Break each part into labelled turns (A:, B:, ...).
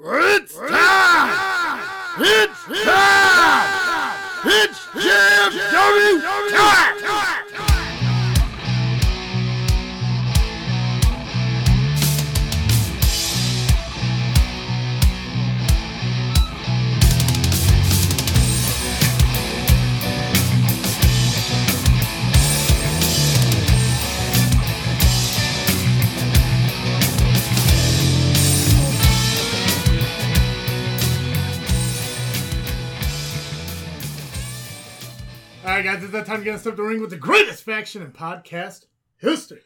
A: It's time! It's time! It's JFW time!
B: All right, guys, it's that time to get step to the ring with the greatest faction in podcast history.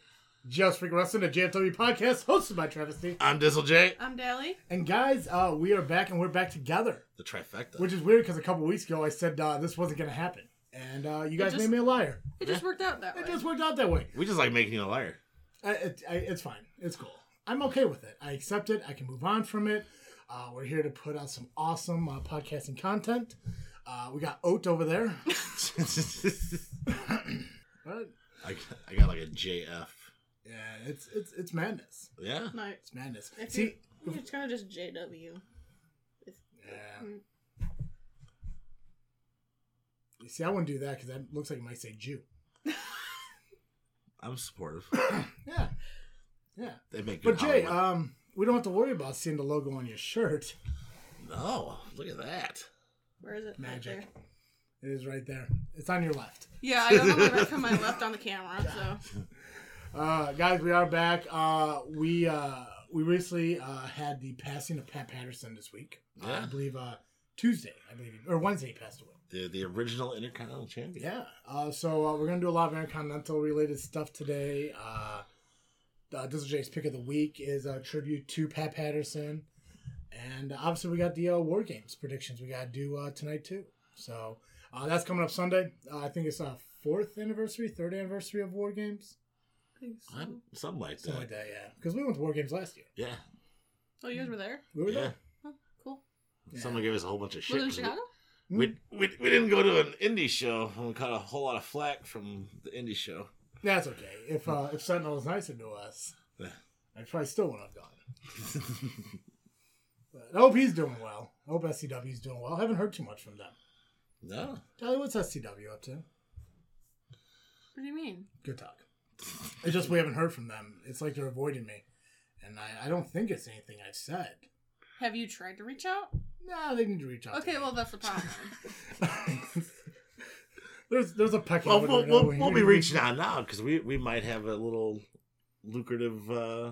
B: Just Freak Wrestling, a JFW podcast hosted by Travis D.
A: I'm Dizzle J,
C: I'm Dally.
B: And guys, uh, we are back and we're back together,
A: the trifecta.
B: which is weird because a couple weeks ago I said uh, this wasn't going to happen. And uh, you guys
C: just-
B: made me a liar.
C: It just worked out that way.
B: It just worked out that way.
A: we just like making you a liar.
B: I, it, I, it's fine. It's cool. I'm okay with it. I accept it. I can move on from it. Uh, we're here to put out some awesome uh, podcasting content. Uh, we got Oat over there. Uh,
A: I, I got like a JF.
B: yeah, it's it's it's madness.
A: Yeah.
C: No,
B: It's madness.
C: if
B: See,
C: you, it's kind of just JW.
B: Yeah. You see, I wouldn't do that because that looks like it might say Jew.
A: I'm supportive.
B: Yeah, yeah.
A: They make good
B: But Jay,
A: Hollywood.
B: um, we don't have to worry about seeing the logo on your shirt. uh,
A: No, look at that.
C: Where is it?
B: Magic.
C: Right there.
B: It is right there. It's on your left.
C: Yeah, I don't know where right from my left on the camera. So
B: Uh, guys, we are back. Uh, we uh, we recently uh, had the passing of Pat Patterson this week. Uh, I
A: Yeah.
B: believe uh, Tuesday, I believe, or Wednesday, he passed away.
A: The, the original Intercontinental Champion.
B: Yeah. Uh, so uh, we're gonna do a lot of intercontinental related stuff today. Uh, uh, Dizzle J's pick of the week is a tribute to Pat Patterson, and obviously we got the uh, War Games predictions we gotta do uh, tonight too. So uh, that's coming up Sunday. Uh, I think it's uh, fourth anniversary, third anniversary of War Games,
A: What? Something like that.
B: something like that. Yeah, because we went to War Games last year.
A: Yeah.
C: Oh, you guys were there?
B: We were
A: yeah.
B: there.
C: Oh, cool.
B: Yeah.
A: Someone gave us a whole bunch of shit.
C: Was it in
A: 'cause we-
C: Chicago?
A: We, we, we didn't go to an indie show and we caught a whole lot of flack from the indie show.
B: That's okay. If uh, if Sentinel was nicer to us,
A: Yeah.
B: I probably still wouldn't have gone. But I hope he's doing well. I hope SCW's doing well. I haven't heard too much from them.
A: no.
B: Tyler, what's SCW up to?
C: What do you mean?
B: Good talk. It's just we haven't heard from them. It's like they're avoiding me. And I, I don't think it's anything I've said.
C: Have you tried to reach out?
B: No, they need to reach out. to
C: Okay,
B: me.
C: well that's the problem.
B: there's there's a pecking
A: Well,
B: order
A: we'll,
B: and
A: we'll,
B: everything.
A: we'll be reaching out now because we, we might have a little lucrative uh,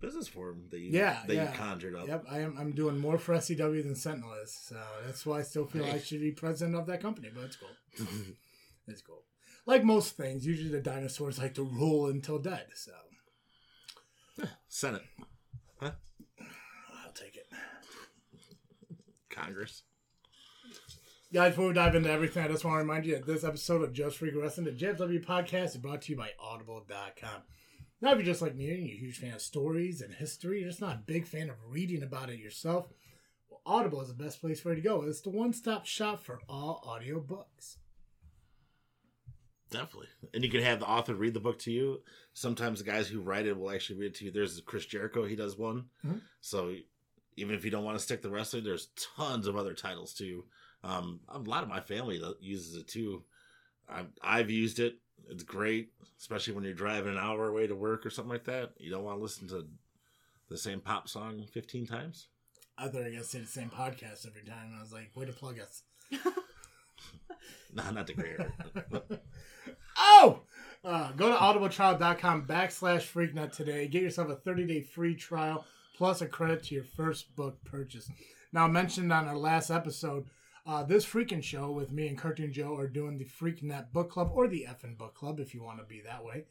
A: business for him that you,
B: Yeah,
A: that
B: yeah.
A: you conjured up.
B: Yep, I am. I'm doing more for SCW than Sentinel is, so that's why I still feel I should be president of that company. But it's cool. it's cool. Like most things, usually the dinosaurs like to rule until dead. So
A: Senate,
B: I'll take it.
A: Congress.
B: Guys, before we dive into everything, I just want to remind you that this episode of Just Freak Wrestling, the JFW podcast, is brought to you by Audible.com. Now, if you're just like me and you're a huge fan of stories and history, you're just not a big fan of reading about it yourself, well, Audible is the best place for you to go. It's the one stop shop for all audiobooks.
A: Definitely. And you can have the author read the book to you. Sometimes the guys who write it will actually read it to you. There's Chris Jericho, he does one.
B: Mhm.
A: So even if you don't want to stick to wrestling, there's tons of other titles too. Um, a lot of my family that uses it too. I, I've used it. It's great, especially when you're driving an hour away to work or something like that. You don't want to listen to the same pop song 15 times.
B: I thought you were going to say the same podcast every time, and I was like, way to plug us.
A: No, not the great.
B: Oh! Uh, go to audibletrial.com backslash freaknut today. Get yourself a 30-day free trial plus a credit to your first book purchase. Now, I mentioned on our last episode, uh, this freaking show with me and Cartoon Joe are doing the Freaknet Book Club or the Effin Book Club if you want to be that way.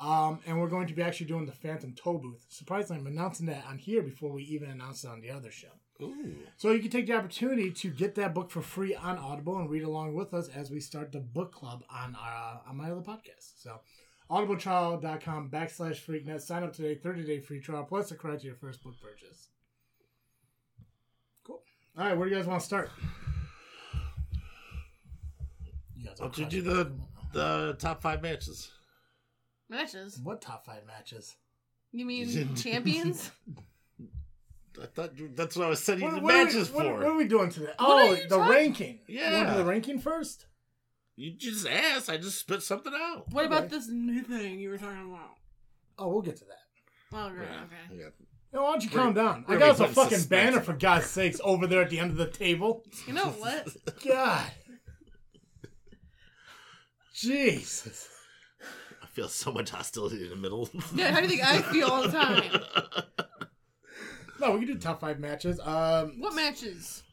B: Um, and we're going to be actually doing the Phantom Toe Booth. Surprisingly, I'm announcing that on here before we even announce it on the other show.
A: Ooh.
B: So you can take the opportunity to get that book for free on Audible and read along with us as we start the book club on our on my other podcast. So audibletrial.com backslash freaknet. Sign up today, 30-day free trial, plus a credit to your first book purchase. Cool. All right, where do you guys want to start? You guys are
A: Why don't you do
B: crushing
A: the,
B: it.
A: the top five matches?
C: Matches?
B: What top five matches?
C: You mean champions?
A: I thought you- that's what I was setting
B: What,
A: the
B: what are we,
A: matches
B: what-
A: for.
B: what are we doing today?
C: are
B: Oh,
C: you
B: the
C: talking-
B: ranking. You want to
A: Yeah.
B: do the ranking first?
A: you just asked. I just spit something out.
C: What about
B: Okay.
C: this new thing you were talking about?
B: Oh, we'll get to that.
C: Oh, right,
A: Yeah,
C: okay.
A: yeah.
B: No, why don't you
A: We're-
B: calm down? I
A: we're
B: got us
A: gonna
B: a
A: be putting
B: fucking
A: suspense
B: banner
A: in
B: for
A: it.
B: God's sakes over there at the end of the table.
C: You know what?
B: God. Jesus.
A: I feel so much hostility in the middle.
C: Yeah, how do you think I feel all the time?
B: No, we can do top five matches. Um,
C: What matches?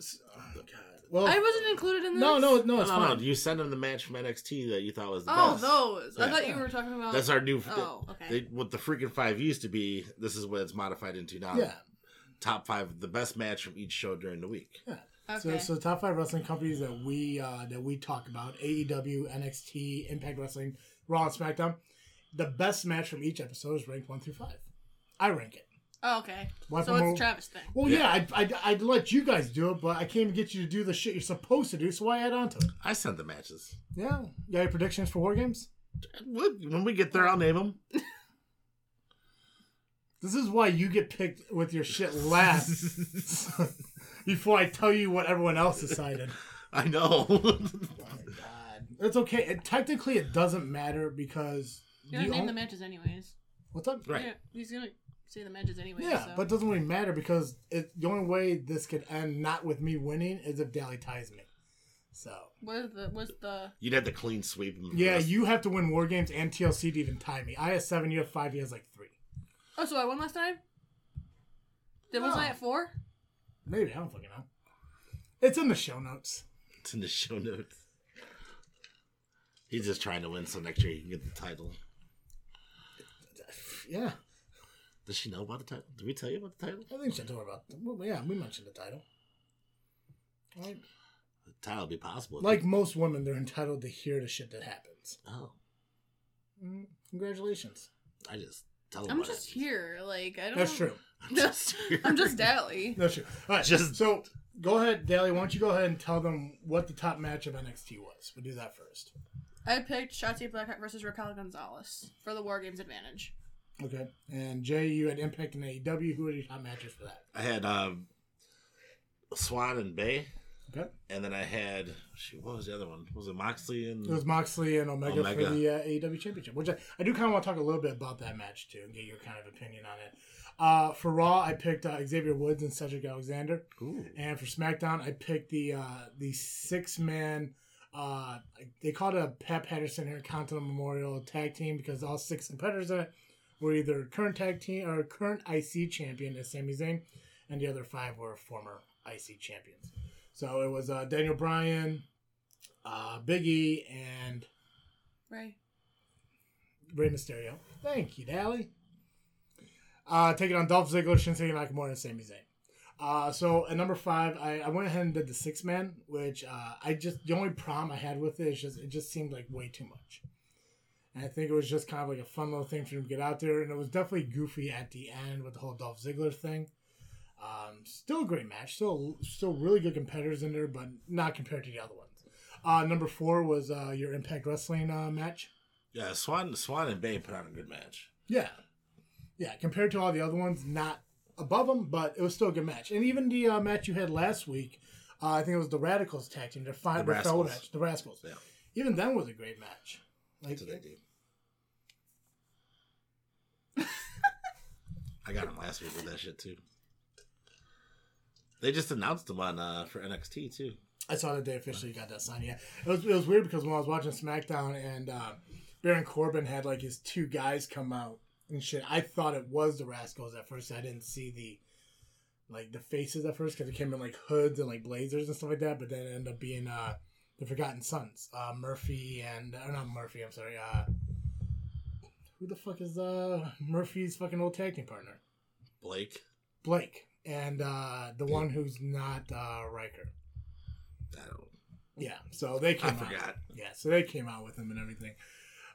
B: oh, God. Well,
C: I wasn't included in this.
B: no, no, no,
A: No,
B: it's
A: no, no,
B: fine.
A: You sent him the match from NXT that you thought was the
C: Oh,
A: best.
C: those. I
A: Yeah.
C: thought you were talking about.
A: That's our new.
C: Oh, okay.
A: they- what the freaking five used to be, this is what it's modified into now.
B: Yeah.
A: Top five, the best match from each show during the week.
C: okay.
B: So, so top five wrestling companies that we uh, that we talk about: E AEW, NXT, Impact Wrestling, Raw, and SmackDown. The best match from each episode is ranked one through five. I rank it.
C: oh, okay.
B: One
C: So
B: from
C: it's
B: over-
C: Travis thing.
B: Well, yeah, I'd, I'd, I'd let you guys do it, but I can't even get you to do the shit you're supposed to do, so I add on to it.
A: I sent the matches.
B: Yeah. You got your predictions for War Games?
A: What- When we get there, I'll name them.
B: This is why you get picked with your shit last before I tell you what everyone else decided.
A: I know.
B: God. It's okay. It, technically, it doesn't matter because.
C: You're gonna
B: you
C: name
B: own-
C: the matches anyways.
B: What's up?
A: right.
C: Yeah, he's gonna say the matches anyways.
B: Yeah,
C: so.
B: but it doesn't really matter because it, the only way this could end not with me winning is if Dally ties me. So
C: what is the what's the
A: You'd have to clean sweep them.
B: yeah, you have to win war games and TLC to even tie me. I had seven, you have five, he has like three.
C: oh so I won last time. Then
B: Oh.
C: wasn't I at four?
B: Maybe I don't fucking know. It's in the show notes.
A: It's in the show notes. He's just trying to win so next year he can get the title.
B: Yeah,
A: Does she know about the title? Did we tell you about the title?
B: I think she'll talk about. Well, yeah, we mentioned the title. Right?
A: The title would be possible. if
B: Like
A: you-
B: most women, they're entitled to hear the shit that happens.
A: oh,
B: Mm, congratulations.
A: I just tell him.
C: I'm
A: Oh, what
C: just
A: happened.
C: here. Like I don't.
B: That's true.
A: I'm just here.
C: I'm just Dally.
B: That's true. All right.
A: Just-
B: so go ahead, Daly. Why don't you go ahead and tell them what the top match of NXT was? We'll do that first.
C: I picked Shotzi Blackheart versus Raquel Gonzalez for the War Games advantage.
B: Okay. And Jay, you had Impact and AEW. Who are your top matches for that?
A: I had um, Swan and Bay,
B: Okay.
A: and then I had shoot, what was the other one? Was it Moxley and
B: It was Moxley and Omega,
A: Mm. Omega.
B: for the uh, AEW Championship, which I, I do kind of want to talk a little bit about that match too and get your kind of opinion on it. Uh, for Raw, I picked uh, Xavier Woods and Cedric Alexander,
A: Ooh.
B: and for SmackDown, I picked the uh, the six man. Uh, they called it a Pat Patterson Intercontinental Memorial Tag Team because all six competitors in it were either current tag team or current IC champion as Sami Zayn, and the other five were former IC champions. So it was uh, Daniel Bryan, uh, Big E, and
C: Right.
B: Rey Mysterio. Thank you, Dally. Uh, taking on Dolph Ziggler, Shinsuke Nakamura, and Sami Zayn. Uh, so at number five, I, I went ahead and did the six man, which uh, I just the only problem I had with it is just it just seemed like way too much. And I think it was just kind of like a fun little thing for him to get out there, and it was definitely goofy at the end with the whole Dolph Ziggler thing. Um, still a great match, still still really good competitors in there, but not compared to the other ones. Uh, number four was uh, your Impact Wrestling uh, match.
A: Yeah, Swan, Swan and Bay put on a good match.
B: Yeah, yeah. Compared to all the other ones, not above them, but it was still a good match. And even the uh, match you had last week, uh, I think it was the Radicals tag team, their five
A: The
B: their fellow
A: Rascals.
B: match, the Rascals.
A: Yeah.
B: Even then was a great match. Like,
A: That's what I do. I got him last week with that shit too. They just announced him on uh, for NXT too.
B: I saw that they officially got that signed. Yeah, it was it was weird because when I was watching SmackDown and uh, Baron Corbin had like his two guys come out and shit, I thought it was the Rascals at first. I didn't see the like the faces at first because it came in like hoods and like blazers and stuff like that. But then it ended up being uh, the Forgotten Sons, uh, Murphy and or not Murphy. I'm sorry. Uh, who the fuck is uh Murphy's fucking old tag team partner?
A: Blake,
B: Blake and uh, the one who's not uh, Riker.
A: I don't,
B: Yeah, so they came.
A: I
B: out.
A: forgot.
B: Yeah, so they came out with him and everything.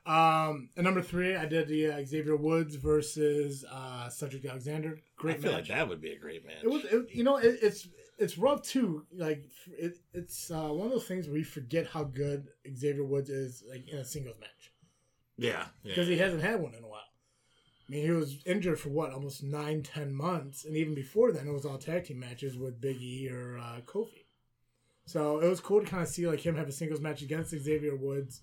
B: Um, and number three, I did the uh, Xavier Woods versus uh, Cedric Alexander. Great
A: I feel
B: match.
A: like that would be a great match.
B: It was, it, you know, it, it's it's rough too. Like it, it's uh, one of those things where you forget how good Xavier Woods is, like in a singles match,
A: yeah, yeah.
B: because he hasn't had one in a while. I mean, he was injured for what almost nine, ten months, and even before then, it was all tag team matches with Big E or uh, Kofi. So it was cool to kind of see like him have a singles match against Xavier Woods.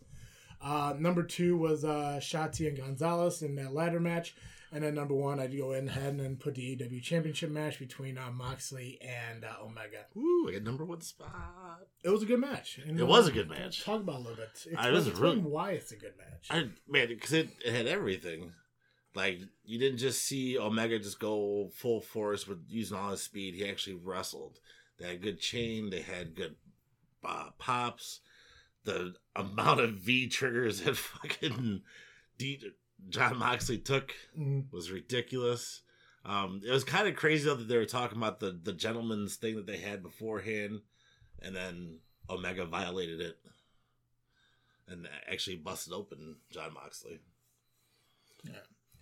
B: Uh, number two was uh, Shotzi and Gonzalez in that ladder match, and then number one, I'd go in ahead and put the EW Championship match between uh, Moxley and uh, Omega.
A: Ooh, I got number one spot.
B: It was a good match. And,
A: It
B: uh,
A: was a good match.
B: Talk about it a little bit. Explain,
A: I was
B: explain
A: really-
B: why it's a good match.
A: I man, because it, it had everything. Like you didn't just see Omega just go full force with using all his speed. He actually wrestled. They had good chain. They had good uh, pops. The amount of V triggers that fucking D- John Moxley took
B: Mm,
A: was ridiculous. Um, it was kind of crazy though that they were talking about the the gentleman's thing that they had beforehand, and then Omega violated it, and actually busted open John Moxley.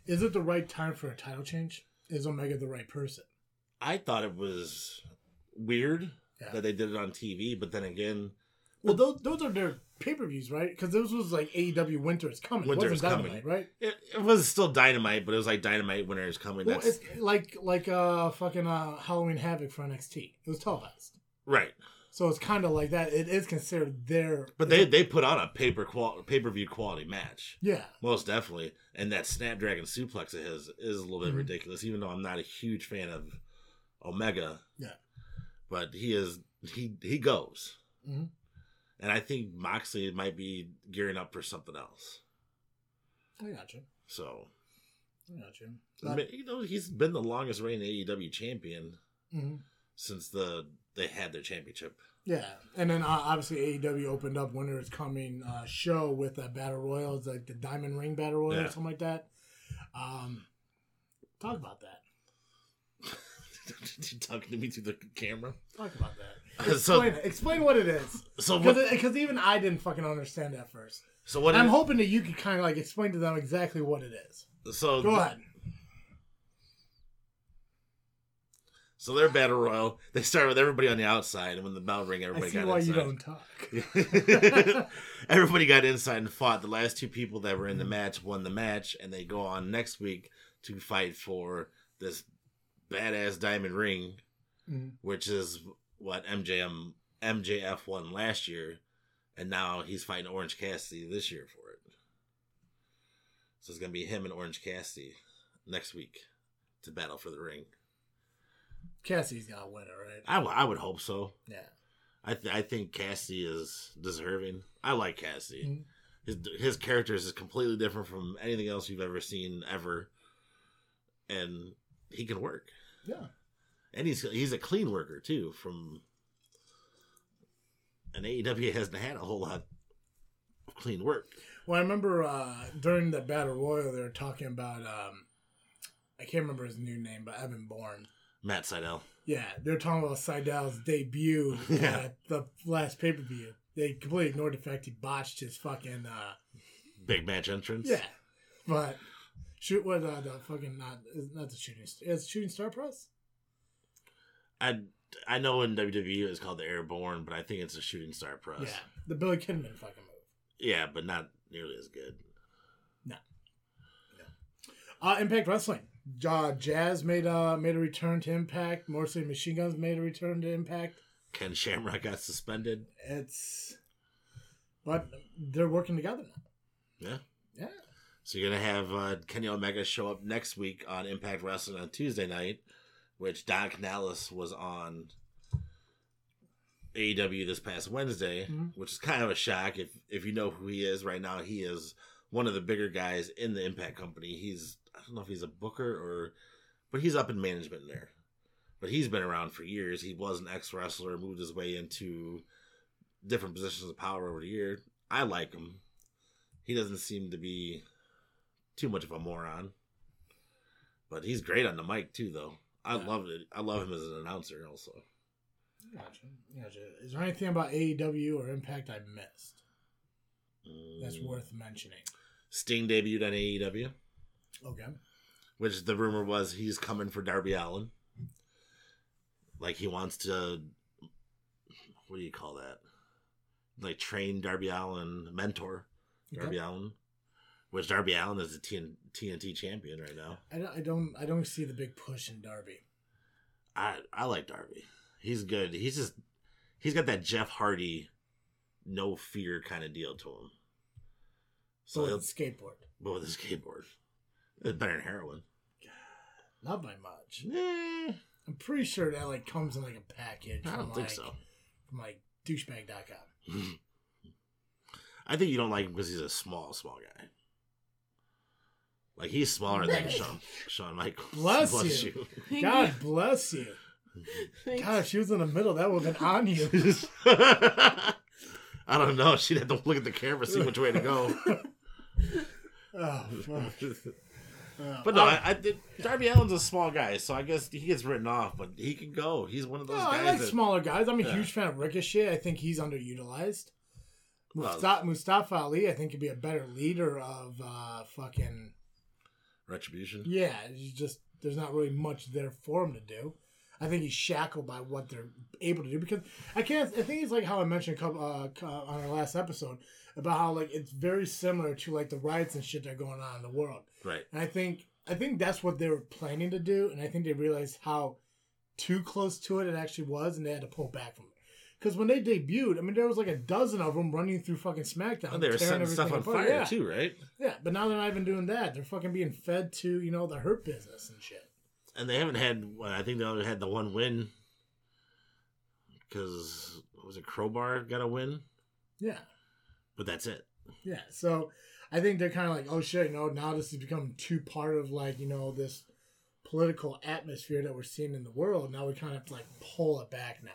B: Is it the right time for a title change? Is Omega the right person?
A: I thought it was weird
B: Yeah.
A: that they did it on TV, but then again,
B: Well, those, those are their pay per views, right? Because this was like AEW Winter is coming.
A: Winter
B: Winter
A: is
B: wasn't
A: Coming.
B: Dynamite, right?
A: it, it was still Dynamite, but it was like Dynamite winner is coming.
B: Well,
A: That's
B: it's like like uh fucking uh Halloween Havoc for NXT. It was televised,
A: right.
B: so it's kind of like that. It is considered their.
A: But they they put on a paper qual pay per view quality match.
B: yeah,
A: Most definitely. And that Snapdragon suplex of his is a little bit
B: Mhm.
A: ridiculous, even though I'm not a huge fan of Omega.
B: Yeah.
A: But he is he he goes.
B: Mhm.
A: And I think Moxley might be gearing up for something else.
B: I got you.
A: So
B: I got you.
A: I mean, you know, he's been the longest reigning AEW champion
B: hmm
A: since the they had their championship.
B: Yeah, and then uh, obviously AEW opened up Winter is Coming uh, show with a battle royal, it's like the Diamond Ring battle royal
A: Yeah.
B: or something like that. Um, talk about that.
A: You talking to me through the camera.
B: Talk about that.
A: so
B: Explain, it. explain what it is,
A: so what
B: because even I didn't fucking understand that first.
A: so what
B: I'm
A: is-
B: hoping that you could kind of like explain to them exactly what it is.
A: so
B: Go ahead.
A: so their battle royal. They start with everybody on the outside, and when the bell ring,
B: I
A: everybody
B: see
A: got
B: why you
A: inside.
B: don't talk.
A: Everybody got inside and fought. The last two people that were in the match won the match, and they go on next week to fight for this badass diamond ring,
B: Mm.
A: which is what MJM MJF won last year, and now he's fighting Orange Cassidy this year for it. So it's gonna be him and Orange Cassidy next week to battle for the ring.
B: Cassie's got a winner, right?
A: I, w- I would hope so.
B: Yeah.
A: I th- I think Cassidy is deserving. I like Cassidy.
B: Mhm.
A: His his character is completely different from anything else you've ever seen ever, and he can work.
B: Yeah.
A: And he's he's a clean worker too. From and AEW hasn't had a whole lot of clean work.
B: Well, I remember uh, during the battle royal, they were talking about um, I can't remember his new name, but Evan Bourne.
A: Matt Seidel.
B: Yeah, they were talking about Seidel's debut
A: Yeah.
B: at the last pay per view. They completely ignored the fact he botched his fucking uh,
A: Big match entrance.
B: yeah, but shoot what uh, the fucking not not the shooting it's shooting star press.
A: I I know in WWE it's called the Airborne, but I think it's a shooting star press.
B: Yeah, the Billy Kidman fucking move.
A: Yeah, but not nearly as good.
B: Uh, Impact Wrestling. Uh, Jazz made uh, made a return to Impact. Mostly Machine Guns made a return to Impact.
A: Ken Shamrock got suspended.
B: It's but they're working together now.
A: Yeah.
B: Yeah.
A: So you're gonna have uh, Kenny Omega show up next week on Impact Wrestling on Tuesday night, which Don Canales was on AEW this past Wednesday,
B: Mhm.
A: which is kind of a shock if if you know who he is right now. He is one of the bigger guys in the Impact company. He's I don't know if he's a booker or, but he's up in management there. But he's been around for years. He was an ex wrestler, moved his way into different positions of power over the year. I like him. He doesn't seem to be too much of a moron. But he's great on the mic too, though. I
B: Yeah.
A: love it. I love him as an announcer, also.
B: Gotcha. Gotcha. Is there anything about AEW or Impact I missed that's
A: Mm.
B: worth mentioning?
A: Sting debuted on AEW,
B: Okay.
A: which the rumor was he's coming for Darby Allen. Like he wants to, what do you call that? Like train Darby Allen, mentor Darby
B: Okay.
A: Allen, which Darby Allen is the TN- TNT champion right now.
B: I don't, I don't, I don't see the big push in Darby.
A: I I like Darby. He's good. He's just he's got that Jeff Hardy, no fear kind of deal to him. So
B: So
A: he'll
B: it's skateboard,
A: but with a skateboard, it's better than heroin.
B: not by much.
A: Eh,
B: I'm pretty sure that like comes in like a package.
A: I
B: from,
A: don't think
B: like-
A: so.
B: From like douchebag.com.
A: I think you don't like him because he's a small, small guy. Like he's smaller than Shawn Shawn Michaels.
B: Bless you. God bless you.
C: Thanks.
B: God, if she was in the middle, that would have been on you.
A: I don't know. She'd have to look at the camera, see which way to go.
B: Oh, fuck. Uh,
A: But no,
B: oh,
A: I, I did, Darby Allen's a small guy, so I guess he gets written off, but he can go. He's one of
B: no,
A: those
B: I
A: guys.
B: like
A: that,
B: smaller guys. I'm a
A: Yeah.
B: huge fan of Ricochet. I think he's underutilized.
A: Well-
B: Mustafa, Mustafa Ali, I think, could be a better leader of uh, fucking.
A: Retribution.
B: Yeah, he's just there's not really much there for him to do. I think he's shackled by what they're able to do because I can't. I think it's like how I mentioned a couple, uh, co- on our last episode about how like it's very similar to like the riots and shit that are going on in the world.
A: Right.
B: And I think I think that's what they were planning to do, and I think they realized how too close to it it actually was, and they had to pull back from it. Because when they debuted, I mean, there was like a dozen of them running through fucking SmackDown.
A: And Oh, they were
B: tearing
A: setting stuff
B: everything
A: on
B: apart.
A: fire
B: yeah.
A: too, right?
B: Yeah, but now they're not even doing that. They're fucking being fed to you know the hurt business and shit.
A: And they haven't had. Well, I think they only had the one win because was it Crowbar got a win,
B: Yeah,
A: but that's it.
B: yeah. So I think they're kind of like, oh shit, you know, now this has become too part of like you know this political atmosphere that we're seeing in the world. Now we kind of have to like pull it back now.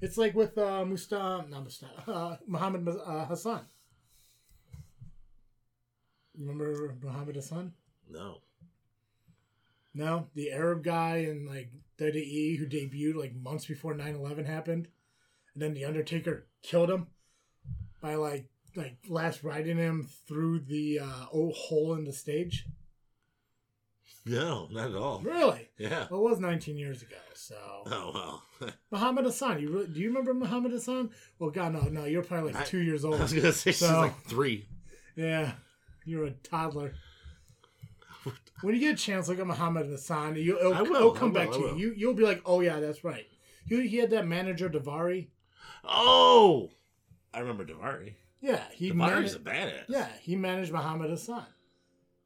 B: It's like with uh, Mustafa, not Mustafa, uh, Muhammad uh, Hassan. Remember Muhammad Hassan?
A: No.
B: No, the Arab guy in like WWE who debuted like months before 9/11 happened, and then the Undertaker killed him by like like last riding him through the uh, old hole in the stage.
A: No, not at all.
B: Really? Oh,
A: Yeah.
B: Well, it was 19 years ago. So
A: Oh well.
B: Muhammad Hassan, you really, do you remember Muhammad Hassan? Well, God, no, no, you're probably
A: I-
B: like two years
A: I was
B: old.
A: gonna say she's
B: So-
A: like three.
B: Yeah, you're a toddler. When you get a chance, look at Muhammad Hassan. You, it'll,
A: I will,
B: it'll
A: I
B: come
A: will,
B: back
A: I
B: to
A: will.
B: you. you. You'll be like, oh yeah, that's right. He, he had that manager Davari.
A: Oh, I remember Davari.
B: Yeah, he
A: Davari's
B: managed.
A: a badass.
B: Yeah, he managed Muhammad Hassan.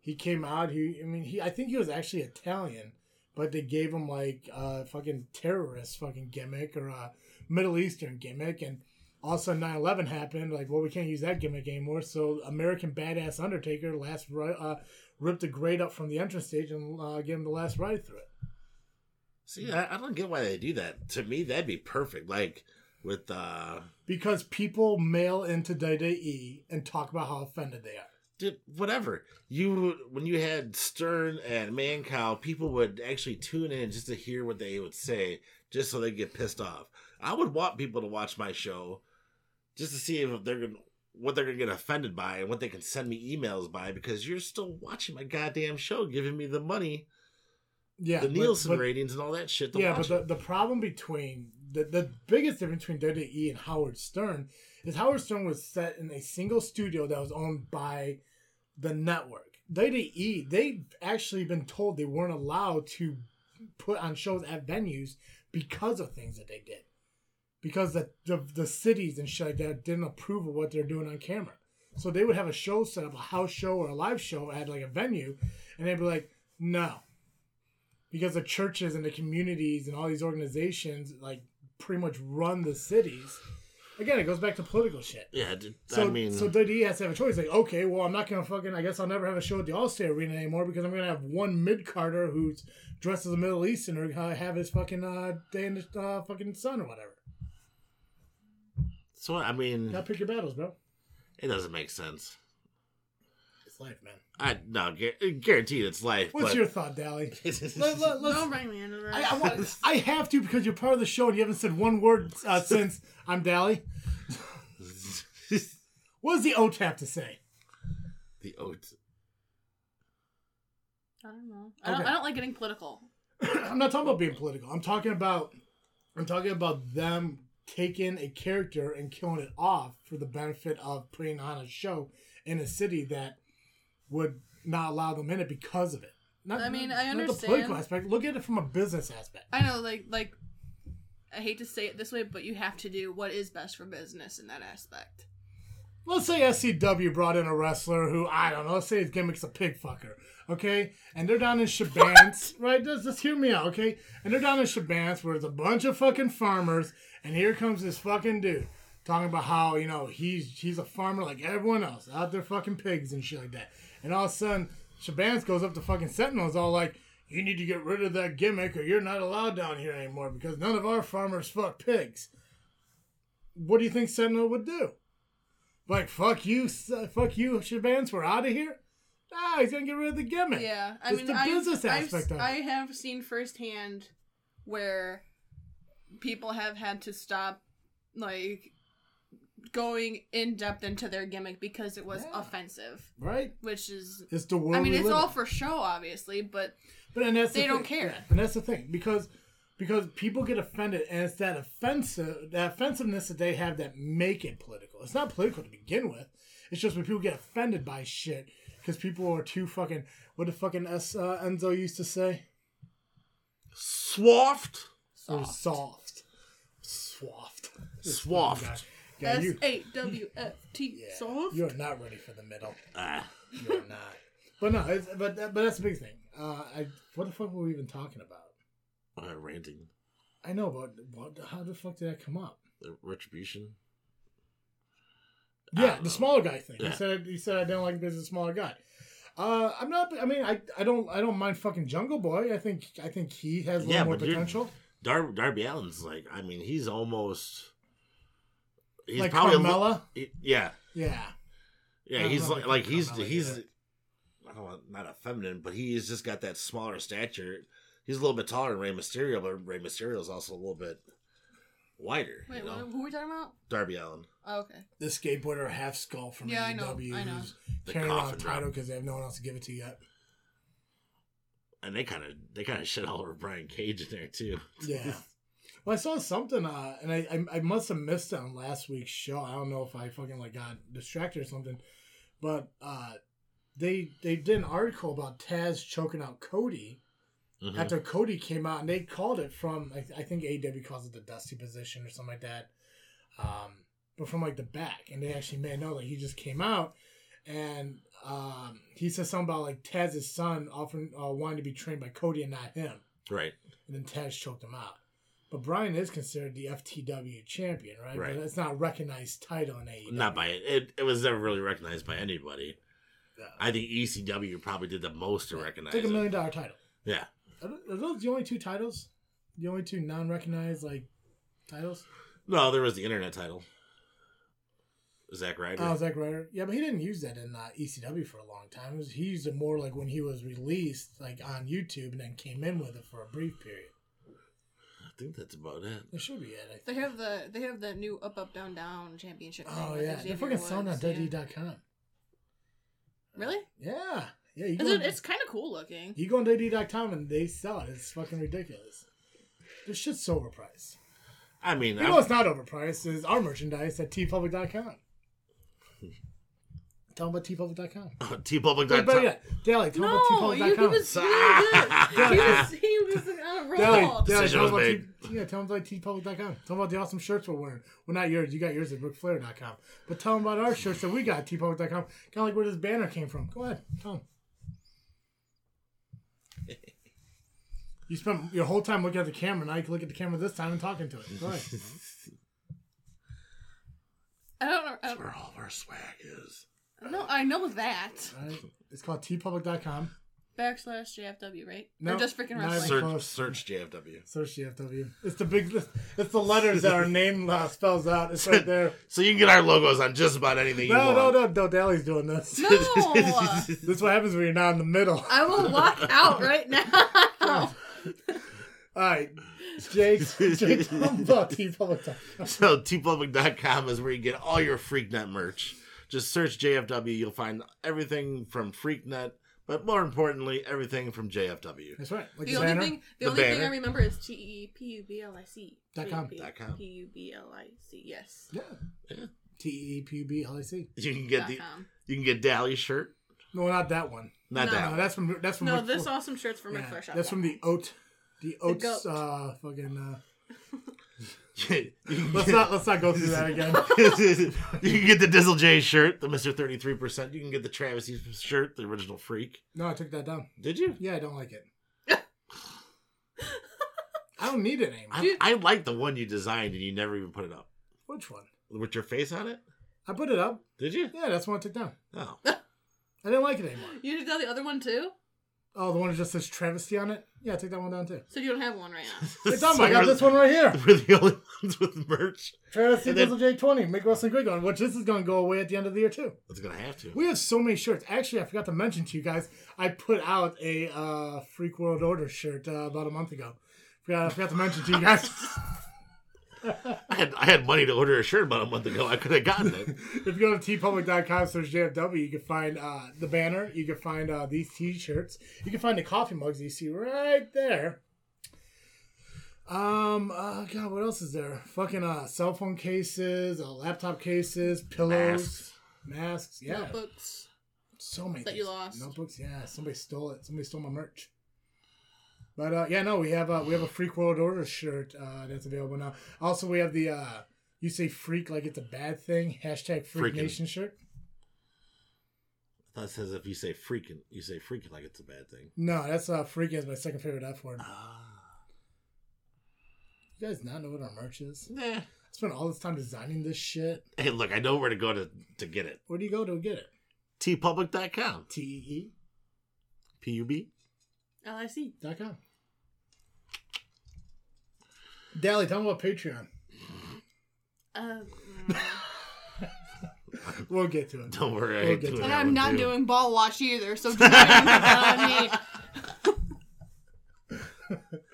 B: He came out. He, I mean, he. I think he was actually Italian, but they gave him like a fucking terrorist fucking gimmick or a Middle Eastern gimmick, and also 9-11 happened. Like, well, we can't use that gimmick anymore. So American Badass Undertaker last ri- uh, ripped the grate up from the entrance stage and uh, gave him the last ride through it.
A: See, I, I don't get why they do that. To me, that'd be perfect. Like with uh
B: Because people mail into WWE and talk about how offended they are.
A: did whatever you when you had Stern and Mancow, people would actually tune in just to hear what they would say, just so they get pissed off. I would want people to watch my show just to see if they're gonna what they're gonna get offended by and what they can send me emails by because you're still watching my goddamn show, giving me the money,
B: Yeah,
A: the
B: but-
A: Nielsen
B: but-
A: ratings, and all that shit. To
B: yeah,
A: watch
B: but
A: it.
B: the, the problem between the, the biggest difference between WWE and Howard Stern is Howard Stern was set in a single studio that was owned by the network. WWE, they've actually been told they weren't allowed to put on shows at venues because of things that they did. Because the, the, the cities and shit like that didn't approve of what they're doing on camera. So they would have a show set up, a house show or a live show at like a venue, and they'd be like, no, because the churches and the communities and all these organizations like pretty much run the cities. Again, it goes back to political shit.
A: yeah, d-
B: So,
A: I mean,
B: so WWE has to have a choice. Like, okay, well, I'm not gonna fucking. I guess I'll never have a show at the All State Arena anymore because I'm gonna have one mid Carter who's dressed as a Middle Easterner uh, have his fucking uh, day in the uh, fucking sun or whatever.
A: so I mean,
B: Now pick your battles, bro.
A: it doesn't make sense.
B: It's life, man.
A: I no, gu- guaranteed it's life.
B: What's
A: but-
B: your thought, Dally? Let, let, let's-
C: Don't bring me into this.
B: I, I, want, I have to because you're part of the show and you haven't said one word uh, since I'm Dally. What does the OTAP to say?
A: the oats.
C: I don't know. I don't,
B: Okay.
C: I don't like getting political.
B: I'm not talking about being political. I'm talking about I'm talking about them taking a character and killing it off for the benefit of putting on a show in a city that would not allow them in it because of it. Not,
C: I mean,
B: not-
C: I
B: Not the
C: understand.
B: political aspect. Look at it from a business aspect.
C: I know, like, like I hate to say it this way, but you have to do what is best for business in that aspect.
B: Let's say SCW brought in a wrestler who I don't know. Let's say his gimmick's a pig fucker, okay? And they're down in Shabans, right? Just, just hear me out, okay? And they're down in Shabans where there's a bunch of fucking farmers, and here comes this fucking dude talking about how you know he's he's a farmer like everyone else out there fucking pigs and shit like that. And all of a sudden, Shabans goes up to fucking Sentinels, all like, "You need to get rid of that gimmick, or you're not allowed down here anymore because none of our farmers fuck pigs." What do you think Sentinel would do? Like, fuck you, s- fuck you, Shabans, we're out of here? Ah, he's gonna get rid of the gimmick.
C: Yeah, I
B: It's
C: mean,
B: the
C: I've-
B: business
C: I've,
B: aspect of it.
C: I have seen firsthand where people have had to stop, like, going in depth into their gimmick because it was
B: Yeah.
C: offensive,
B: Right?
C: which is.
B: It's the world.
C: I mean,
B: we
C: it's
B: live
C: all
B: in.
C: for show, obviously, but
B: But and that's the
C: they don't
B: thing.
C: care.
B: Yeah, And that's the thing because because people get offended, and it's that offensive that offensiveness that they have that make it political. It's not political to begin with. It's just when people get offended by shit because people are too fucking. What the fucking S, uh, Enzo used to say?
A: Swaft.
B: Or
C: soft.
B: soft, swaft,
A: Swaft.
B: Yeah,
C: S
B: you
C: A W F T
B: yeah,
C: soft.
B: you are not ready for the middle.
A: Ah,
B: You're not. But no, it's, but that, but that's the big thing. Uh, I what the fuck were we even talking about?
A: uh, ranting.
B: I know, but what? How the fuck did that come up?
A: The uh, Retribution.
B: Yeah,
A: don't know.
B: the smaller guy thing.
A: Uh, Yeah.
B: He said he said I don't like being a smaller guy. Uh, I'm not. I mean, I, I don't I don't mind fucking Jungle Boy. I think I think he has a little
A: Yeah,
B: more
A: but you're-
B: potential.
A: Dar- Darby Allen's like, I mean, he's almost. He's
B: like
A: probably a li-
B: Carmella.
A: he- yeah,
B: yeah, I
A: yeah.
B: don't
A: He's
B: know
A: like,
B: if
A: like
B: Carmella
A: he's
B: did
A: he's.
B: it.
A: I don't want not effeminate, but he's just got that smaller stature. He's a little bit taller than Rey Mysterio, but Rey Mysterio is also a little bit wider.
C: Wait,
A: you know?
C: what, who are we talking about?
A: Darby Allen.
C: Oh, okay.
B: the skateboarder half skull from
C: Yeah, I know,
B: AEW
C: I know.
B: who's
A: The
B: carrying around a
A: coffin drop.
B: title because they have no one else to give it to yet.
A: and they kind of they kind of shit all over Brian Cage in there too.
B: Yeah. Well, I saw something, uh, and I, I I must have missed it on last week's show. I don't know if I fucking like got distracted or something, but uh, they they did an article about Taz choking out Cody
A: Mhm.
B: after Cody came out, and they called it from I, I think AW calls it the dusty position or something like that, um, but from like the back, and they actually made no like he just came out, and um, he said something about like Taz's son often uh, wanting to be trained by Cody and not him
A: Right.
B: and then Taz choked him out. But Brian is considered the FTW champion, right?
A: Right.
B: But that's not a recognized title in E AEW.
A: Not by it. It was never really recognized by anybody.
B: Yeah.
A: I think ECW probably did the most to recognize
B: It's like a
A: it.
B: million dollar title.
A: Yeah.
B: Are tho- are those the only two titles? The only two non recognized like titles?
A: No, there was the internet title. Zack Ryder.
B: Oh, Zack Ryder. Yeah, but he didn't use that in uh, ECW for a long time. It was- he used it more like when he was released, like on YouTube, and then came in with it for a brief period.
A: I think that's about it.
B: That should be it. I think.
C: They have the they have the new up up down down championship. thing
B: Oh
C: with
B: yeah,
C: Xavier
B: they're fucking selling on
C: Woods, yeah.
B: WWE.com.
C: Really?
B: Yeah, yeah. You
C: It's,
B: go-
C: it's kind of cool looking.
B: You go on DD.com and they sell it. It's fucking ridiculous. This shit's so overpriced.
A: I mean,
B: You
A: I'm-
B: know what's not overpriced is our merchandise at tpublic.com. Tell them about tpublic.com. Wait, better
A: tpublic.com.
B: yet, Daily, tell them
C: No,
B: about
C: you, he
B: tpublic.com.
C: was he was good. he was he was on a
B: Daily,
C: roll.
B: Daily,
A: Decision
B: tell
A: was
B: them about
A: made.
B: T- yeah, tell them about tpublic.com. Tell them about the awesome shirts we're wearing. Well, not yours. You got yours at rickflair.com. But tell them about our shirts that we got at tpublic.com. Kind of like where this banner came from. Go ahead, tell them. You spent your whole time looking at the camera. Now you can look at the camera this time and talking to it. Go ahead.
C: I don't know. I
A: Where all of our swag is.
C: don't- no, I know that.
B: All right. It's called tpublic.com.
C: Backslash JFW, right?
B: No,
C: or just freaking
B: not
C: wrestling.
B: even-
A: Search,
B: close.
A: search JFW.
B: Search GFW. It's the big. It's the letters that our name uh, spells out. It's right there.
A: So you can get our logos on just about anything you
B: No,
A: want.
B: no, no, no. Daly's doing this.
C: No,
B: This is what happens when you're not in the middle.
C: I will walk out right now.
B: Oh, All right, Jake. Jake, tell them about tpublic.com.
A: So tpublic.com is where you get all your Freaknet merch. Just search JFW, you'll find everything from Freaknet, but more importantly, everything from JFW.
B: That's right. Like
C: The
B: the
C: only
B: banner.
C: thing the,
A: The
C: only thing I
A: banner.
C: remember is T E P U B L I C. E
B: Dot com.
A: Dot com.
C: P U B L I C. Yes.
B: Yeah.
A: Yeah.
B: T e p u b l i c.
A: You can get
C: Dot
A: the
C: com.
A: you can get Dally shirt.
B: No, not that one.
A: Not
C: No.
A: that
B: No,
A: one.
B: that's from that's from
C: No,
B: Ric
C: this
B: Fla-
C: awesome shirt's from
B: yeah,
C: Ric Flair Shop.
B: That's from the oat, the
C: The
B: oats.
C: goat.
B: uh, fucking. Uh,
A: you can
B: let's
A: get-
B: not let's not go through that again.
A: you can get the Dizzle J shirt, the Mister Thirty Three Percent. You can get the Travis Eastman shirt, the original Freak.
B: No, I took that down.
A: Did you?
B: Yeah, I don't like it. I don't need it anymore.
A: I,
C: Dude.
A: I like the one you designed and you never even put it up
B: Which one?
A: with your face on it.
B: I put it up.
A: Did you?
B: Yeah, that's one I took down.
A: No.
B: I didn't like it anymore.
C: You did the other one too,
B: Oh, the one that just says travesty on it. Yeah, I took that one down too.
C: so you don't have one right now.
B: It's on.
A: So
B: I got
A: we're-
B: this one right here.
A: We're the only ones with merch.
B: Travesty
A: And then-
B: Dizzle J twenty. Make wrestling great on. Which this is going to go away at the end of the year too.
A: It's gonna have to.
B: We have so many shirts. Actually, I forgot to mention to you guys, I put out a uh, Freak World Order shirt uh, about a month ago. Forgot, I forgot to mention to you guys.
A: I had I had money to order a shirt about a month ago. I could have gotten it.
B: if you go to tpublic.com slash JFW, you can find uh, the banner. You can find uh, these t-shirts. You can find the coffee mugs you see right there. Um, uh, God, what else is there? Fucking uh, cell phone cases, uh, laptop cases, pillows,
A: Masks.
B: masks. yeah.
C: Notebooks.
B: so many
C: That you
B: things.
C: lost.
B: notebooks. Yeah, somebody stole it. Somebody stole my merch. But uh, yeah, no, we have uh, we have a Freak World Order shirt uh, that's available now. Also, we have the uh, you say freak like it's a bad thing hashtag Freak
A: Freaking.
B: Nation shirt.
A: That says if you say freaking, you say freaking like it's a bad thing.
B: No, that's uh, freak is my second favorite F word.
A: Ah.
B: You guys not know what our merch is?
A: Nah.
B: I spent all this time designing this shit.
A: Hey, look, I know where to go to to get it.
B: Where do you go to get it?
A: tpublic.com.
B: T E E
A: P-U-B.
C: L I C.
B: dot com. Dally, tell me about Patreon.
C: Uh,
B: We'll get to it.
A: Don't worry. I
B: We'll
A: hate
B: get
A: doing
B: to
C: and
A: that
C: I'm
A: one,
C: not
A: too.
C: doing ball watch either, so don't on me.
B: Oh,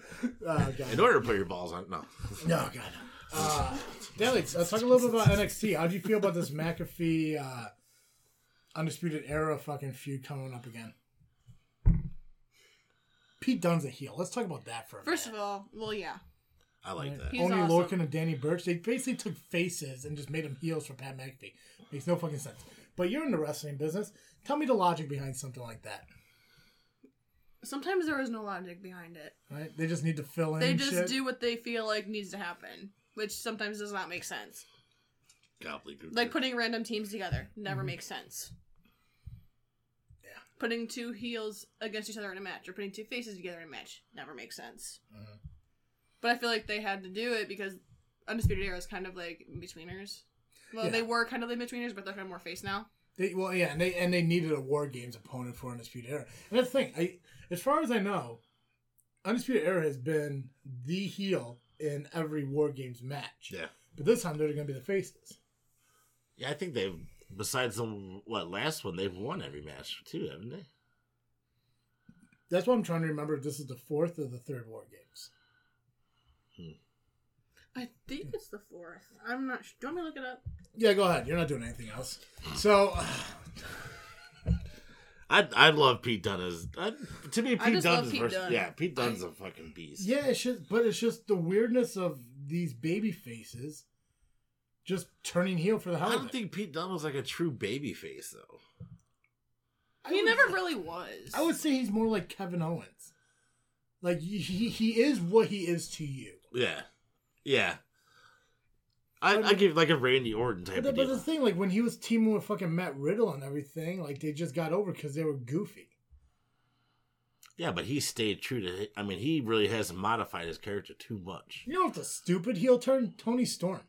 B: God.
A: In order to put your balls on, no.
B: No, God. Uh, Daly, let's talk a little bit about NXT. How do you feel about this McAfee uh, Undisputed Era fucking feud coming up again? Pete Dunne's a heel. Let's talk about that for a
C: First of
B: minute.
C: all, well, yeah.
A: I like that.
C: He's
B: Only
C: awesome.
B: Lorcan and Danny Burch, they basically took faces and just made them heels for Pat McAfee. Makes no fucking sense. But you're in the wrestling business. Tell me the logic behind something like that.
C: Sometimes there is no logic behind it.
B: Right? They just need to fill in.
C: They just
B: shit.
C: do what they feel like needs to happen, which sometimes does not make sense.
A: Gobbledygook.
C: Like putting random teams together never makes sense.
B: Mm-hmm. Yeah.
C: Putting two heels against each other in a match or putting two faces together in a match never makes sense.
B: Mhm.
C: But I feel like they had to do it because Undisputed Era is kind of like in betweeners. Well,
B: Yeah.
C: they were kind of in betweeners, but they're kind of more face now.
B: They, well, yeah, and they and they needed a War Games opponent for Undisputed Era. And that's the thing. I, as far as I know, Undisputed Era has been the heel in every War Games match.
A: Yeah.
B: But this time they're going to be the faces.
A: Yeah, I think they've, besides the, what, last one, they've won every match, too, haven't they?
B: That's what I'm trying to remember. If this is the fourth or the third War Games.
C: I think it's the fourth. I'm not sure. Do you want me to look it up?
B: Yeah, go ahead. You're not doing anything else. So,
A: I I love Pete Dunne as I, to me
C: I
A: Pete
C: just
A: Dunne
C: love
A: is
C: Pete
A: vers-
C: Dunne.
A: yeah Pete Dunne's a fucking beast.
B: yeah, it's just but it's just the weirdness of these baby faces just turning heel for the hell
A: I
B: of
A: don't
B: it.
A: think Pete Dunne was like a true baby face though.
B: I
C: He
B: would-
C: never really was.
B: I would say he's more like Kevin Owens. Like he, he he is what he is to you.
A: Yeah, yeah. I,
B: I
A: I,
B: mean-
A: give like a Randy Orton type
B: But the,
A: of
B: but
A: deal.
B: the thing, like when he was teaming with fucking Matt Riddle and everything, like they just got over because they were goofy.
A: yeah, but he stayed true to. hi- I mean, he really hasn't modified his character too much.
B: You know what's a stupid heel turn? Tony Storm.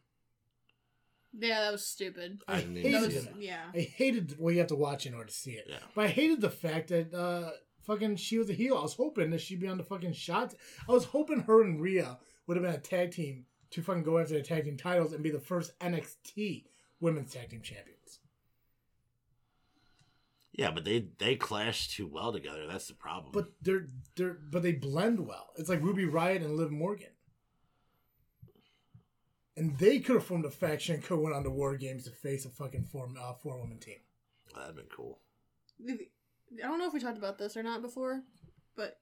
C: Yeah, that was stupid.
A: I
B: I
A: didn't even
B: hated
A: see
B: it.
A: that.
C: Yeah.
B: I hated. Well, you have to watch in order to see it.
A: Yeah.
B: But I hated the fact that uh, fucking she was a heel. I was hoping that she'd be on the fucking shots. I was hoping her and Rhea would have been a tag team to fucking go after the tag team titles and be the first NXT women's tag team champions.
A: Yeah, but they they clash too well together. That's the problem.
B: But they're they're but they blend well. It's like Ruby Riot and Liv Morgan. And they could have formed a faction and could have went on to war games to face a fucking four uh, four woman team.
A: that'd been cool.
C: I don't know if we talked about this or not before, but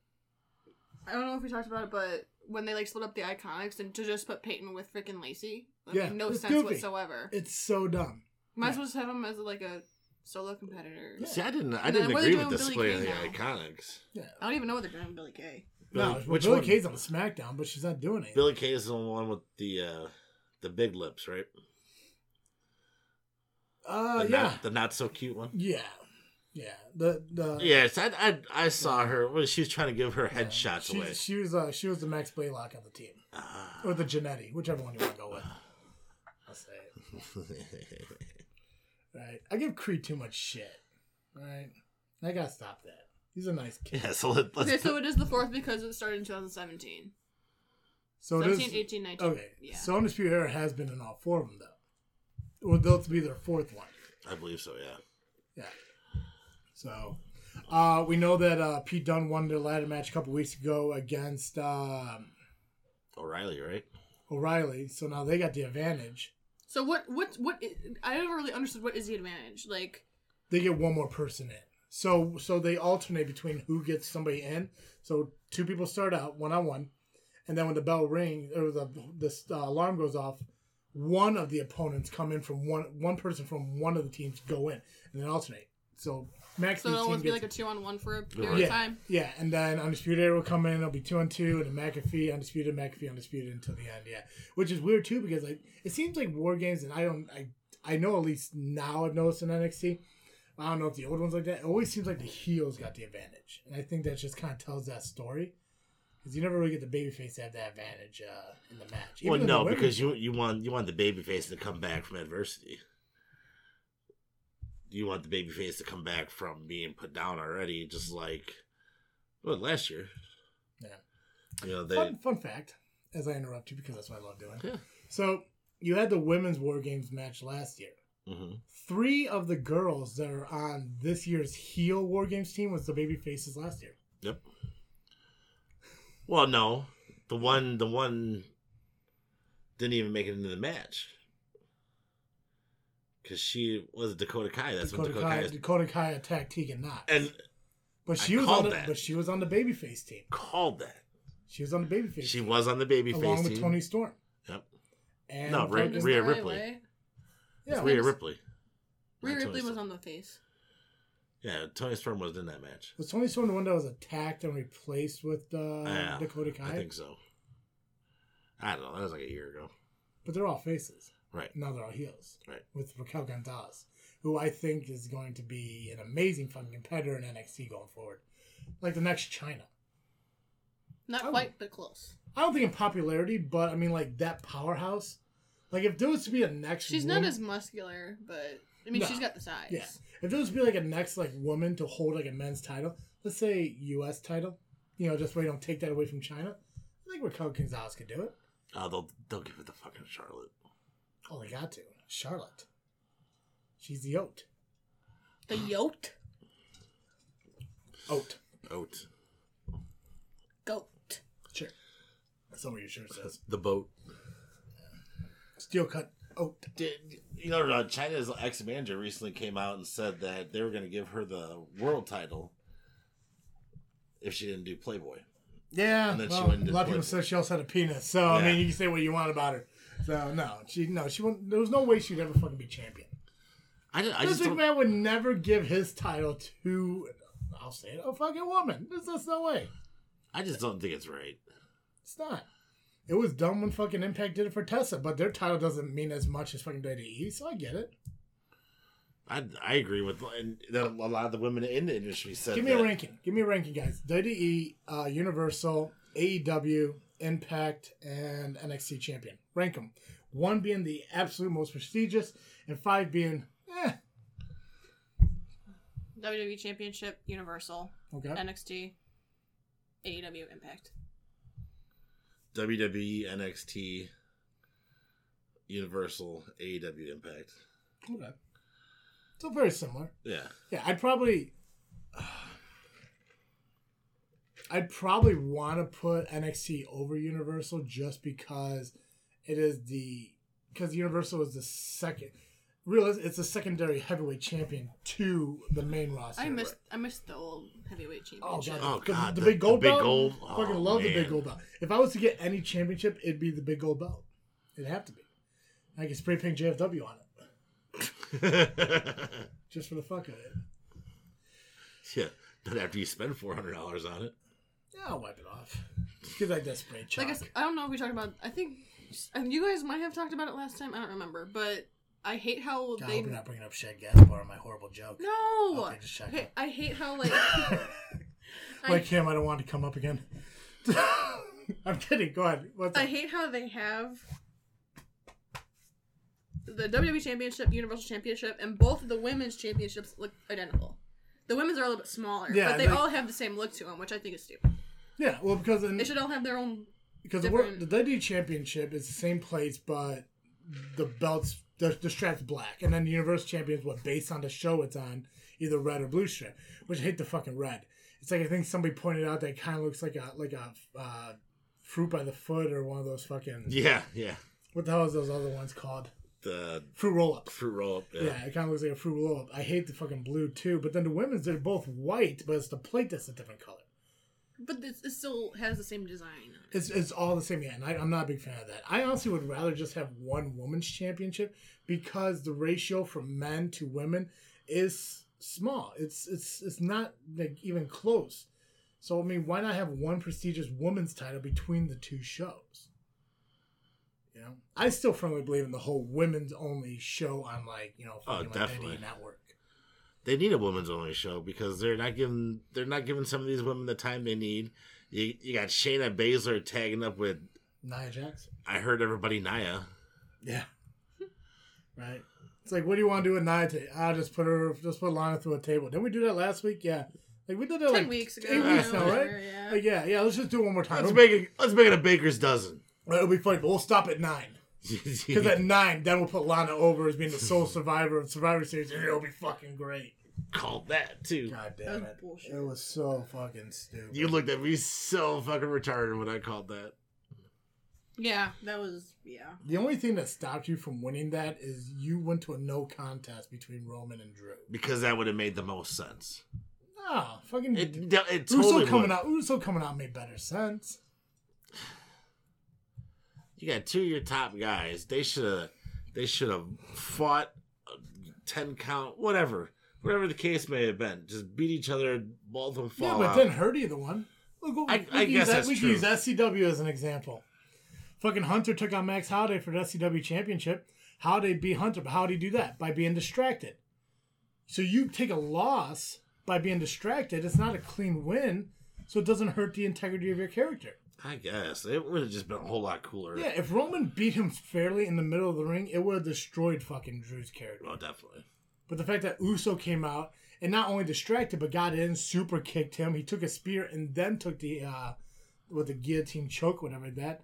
C: I don't know if we talked about it, but when they like split up the iconics and to just put Peyton with freaking Lacey, that
B: Yeah,
C: made no
B: it's
C: sense
B: goofy.
C: whatsoever.
B: It's so dumb.
C: Might
B: yeah.
C: as well just have him as like a solo competitors.
A: See, I didn't. I
C: And then
A: didn't
C: what are
A: agree
C: they
A: with
C: doing
A: this
C: with
A: split
C: Billie
A: of the
C: Kay
A: Iconics.
C: I don't even know what they're doing with Billy Kay.
B: No,
A: Billie-
B: which Billie Kay's on SmackDown, but she's not doing it.
A: Billy Kay is the one with the uh, the big lips, right?
B: uh,
A: the
B: yeah,
A: not, the not so cute one.
B: yeah, yeah. The the
A: Yes, I I, I saw her. Well, she was trying to give her
B: yeah.
A: headshots
B: She,
A: away.
B: she was uh, she was the Max Blaylock of the team,
A: Ah.
B: or the Janetti, whichever one you want to go with. I'll say it. Right. I give Creed too much shit. Right. I gotta stop that. He's a nice kid.
A: yeah, so let, let's.
C: Okay, so it is the fourth because it started in 2017.
B: So Oh, it
C: 17,
B: is.
C: 18, 19.
B: Okay.
C: Yeah.
B: So Undisputed Era has been in all four of them though. Or they'll be their fourth one.
A: I believe so. Yeah.
B: Yeah. So uh, we know that uh, Pete Dunne won their ladder match a couple weeks ago against um,
A: O'Reilly, right?
B: O'Reilly. So now they got the advantage.
C: so what? What? What? i- I never really understood what is the advantage. Like,
B: They get one more person in. So so they alternate between who gets somebody in. So two people start out one on one, and then when the bell rings or the the uh, alarm goes off, one of the opponents come in from one one person from one of the teams go in and then alternate. So Max
C: so it'll
B: team
C: always be
B: gets
C: like a two on one for a period
A: Right.
B: yeah
C: of time.
B: yeah, and then Undisputed Era will come in. It'll be two on two, and then McAfee Undisputed McAfee Undisputed until the end. Yeah, which is weird too because like it seems like War Games, and I don't I I know at least now I've noticed in NXT. I don't know if the old ones like that. It always seems like the heels got the advantage, and I think that just kind of tells that story because you never really get the babyface to have that advantage uh, in the match. Even
A: well,
B: in the
A: no,
B: women's-
A: because you you want you want the babyface to come back from adversity. You want the babyface to come back from being put down already, just like well last year.
B: Yeah.
A: You know they.
B: fun, fun fact, as I interrupt you because that's what I love doing.
A: Yeah.
B: So you had the women's War Games match last year.
A: hmm
B: three of the girls that are on this year's heel war games team was the baby faces last year
A: Yep. Well, no, the one the one didn't even make it into the match because she was Dakota Kai. That's
B: dakota,
A: what Dakota
B: kai,
A: Kai. Is.
B: dakota kai attacked tegan knox
A: And
B: but
A: I
B: she was
A: called
B: on the,
A: that.
B: but she was on the baby face team
A: called that.
B: she was on the baby face
A: She
B: team,
A: was on the babyface
B: along
A: team.
B: with tony storm
A: Yep.
B: and
A: No, right,
B: fucking-
A: Rhea
C: Isn't that
A: Ripley.
C: right?
B: yeah,
A: Rhea
C: was-
A: Ripley.
C: Rhea
A: Not Toni
C: Ripley was
A: Storm.
C: on the face.
A: Yeah, Tony Storm was in that match.
B: was tony storm the one that was attacked and replaced with uh,
A: Yeah,
B: dakota kai
A: Ah, I think so. I don't know. That was like a year ago.
B: but they're all faces
A: Right.
B: now they're all heels
A: Right.
B: with raquel gonzalez who i think is going to be an amazing fucking competitor in nxt going forward like the next china
C: Not
B: Oh.
C: quite, but close.
B: I don't think in popularity, but I mean like that powerhouse. Like if there was to be a next,
C: She's
B: woman,
C: not as muscular, but I mean,
B: No.
C: she's got the size.
B: yeah. If there was to be like a next like woman to hold like a men's title, let's say U.S. title, you know, just where you don't take that away from China. I think Raquel Gonzalez could do it.
A: Oh, they'll they'll give it the fucking Charlotte.
B: Oh, they got to Charlotte. She's the oat.
C: The yoked
B: Oat.
A: Oat.
C: goat.
B: Sure. That's not what your shirt says.
A: The boat.
B: Steel cut oat.
A: Did, you know, uh, China's ex manager recently came out and said that they were going to give her the world title if she didn't do Playboy.
B: Yeah.
A: And then she
B: well,
A: went into
B: a lot of people
A: politics.
B: said she also had a penis. So I
A: Yeah.
B: mean, you can say what you want about her. So no, she no, she won't. There was no way she'd ever fucking be champion.
A: I, didn't, I
B: Vince
A: just don't,
B: McMahon would never give his title to, I'll say it, a fucking woman. There's just no way.
A: I just don't think it's right.
B: It's not. It was dumb when fucking Impact did it for Tessa, but their title doesn't mean as much as fucking WWE, so I get it.
A: I, I agree with and that a lot of the women in the industry said.
B: Give me a
A: that.
B: ranking. Give me a ranking, guys. WWE, uh, Universal, AEW, Impact, and NXT Champion. Rank them. One being the absolute most prestigious, and five being, eh.
C: WWE E Championship, Universal,
B: Okay.
C: NXT, AEW, E Impact.
A: WWE, NXT, Universal, AEW, Impact.
B: okay. So very similar.
A: Yeah.
B: Yeah, I'd probably. I'd probably want to put NXT over Universal just because it is the because Universal is the second. Real, it's a secondary heavyweight champion to the main roster.
C: I missed I missed the old heavyweight
B: Oh god,
C: championship.
A: Oh,
B: the,
A: God,
B: the,
A: the-
B: big gold
A: the big
B: belt.
A: gold-
B: Fucking
A: oh,
B: love the big
A: man.
B: gold belt. If I was to get any championship, it'd be the big gold belt. It'd have to be. I could spray paint JFW on it.
A: yeah,
B: just for the fuck of it.
A: not after you spend four hundred dollars on it.
B: Yeah, I'll wipe it off. Just give like that spray chalk.
C: Like I, s- I don't know if we talked about. I think and you guys might have talked about it last time. I don't remember, but I hate how
B: God, I
C: they.
B: hope you're not bringing up Shad Gaspar and my horrible joke.
C: No.
B: Okay, just checking.
C: Okay, I hate how like
B: like him, I don't want to come up again. I'm kidding. Go ahead. What's
C: I
B: up?
C: hate how they have the WWE Championship, Universal Championship, and both of the women's championships look identical. The women's are a little bit smaller,
B: Yeah,
C: but they
B: like-
C: all have the same look to them, which I think is stupid.
B: Yeah, well, because in,
C: They should all have their own.
B: because the,
C: different-
B: world, the WWE Championship is the same place, but the belts the, the strap's black, and then the Universal Champion is what based on the show it's on, either red or blue strap. Which I hate the fucking red. It's like I think somebody pointed out that kind of looks like a like a uh, fruit by the foot or one of those fucking
A: Yeah, yeah.
B: what the hell is those other ones called?
A: The
B: Fruit roll up.
A: fruit roll up.
B: Yeah, it kind of looks like a fruit roll up. I hate the fucking blue too, but then the women's they're both white, but it's the plate that's a different color.
C: But it's, it still has the same design.
B: It's, it's all the same, yeah. And I, I'm not a big fan of that. I honestly would rather just have one women's championship because the ratio from men to women is small. It's it's it's not like even close. So I mean, why not have one prestigious women's title between the two shows? You know, I still firmly believe in the whole women's only show on like you know fucking like
A: definitely.
B: any network.
A: They need a women's only show because they're not giving they're not giving some of these women the time they need. You you got Shayna Baszler tagging up with
B: Nia Jackson.
A: I heard everybody Naya.
B: Yeah. right. It's like, what do you want to do with Nia? today? I just put her, just put Lana through a table. Didn't we do that last week? Yeah. Like we did that
C: Ten
B: like
C: weeks ago,
B: eight weeks now,
C: whatever,
B: right?
C: yeah.
B: Like, yeah, yeah. Let's just do it one more time.
A: Let's
B: It'll,
A: make it let's make it a baker's dozen.
B: it'll be funny, but we'll stop at nine. Because at nine, then we'll put Lana over as being the sole survivor of Survivor Series, and it'll be fucking great.
A: Called that too.
B: God
C: That
B: damn
C: was
B: it!
C: bullshit.
B: It was so fucking stupid.
A: You looked at me so fucking retarded when I called that.
C: Yeah, that was yeah.
B: the only thing that stopped you from winning that is you went to a no contest between Roman and Drew.
A: Because that would have made the most sense.
B: No, fucking
A: It, it
B: Uso
A: totally
B: coming
A: would.
B: out. Uso coming out made better sense.
A: You got two of your top guys. They should have. They should have fought a ten count, whatever, whatever the case may have been. Just beat each other, both of them fall
B: yeah, but
A: out.
B: didn't hurt either one. Look, we,
A: I-
B: we
A: I guess
B: can use that,
A: that's
B: we can
A: true.
B: use SCW as an example. Fucking Hunter took out Max Holiday for the SCW championship. Holiday beat Hunter, but how did he do that? By being distracted. So you take a loss by being distracted. It's not a clean win, so it doesn't hurt the integrity of your character.
A: I guess it would have just been a whole lot cooler.
B: Yeah, if Roman beat him fairly in the middle of the ring, it would have destroyed fucking Drew's character.
A: Well, Oh, definitely.
B: But the fact that Uso came out and not only distracted but got in, super kicked him. He took a spear and then took the uh with the guillotine choke, whatever that.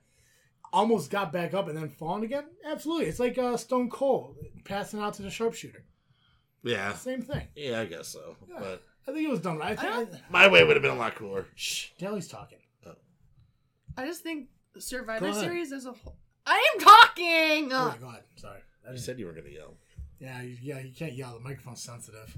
B: Almost got back up and then fallen again. Absolutely, it's like uh, Stone Cold passing out to the sharpshooter.
A: Yeah,
B: Same thing.
A: yeah, I guess so.
B: Yeah.
A: But
B: I think it was done right. I think I,
A: my way would have been a lot cooler.
B: shh, Dalley's talking.
C: I just think
B: Go
C: Survivor
B: ahead.
C: Series as a whole. I am talking.
B: Oh my god, sorry. I
A: I
B: just,
A: said you were gonna yell.
B: yeah, you, yeah, you can't yell. The microphone's sensitive.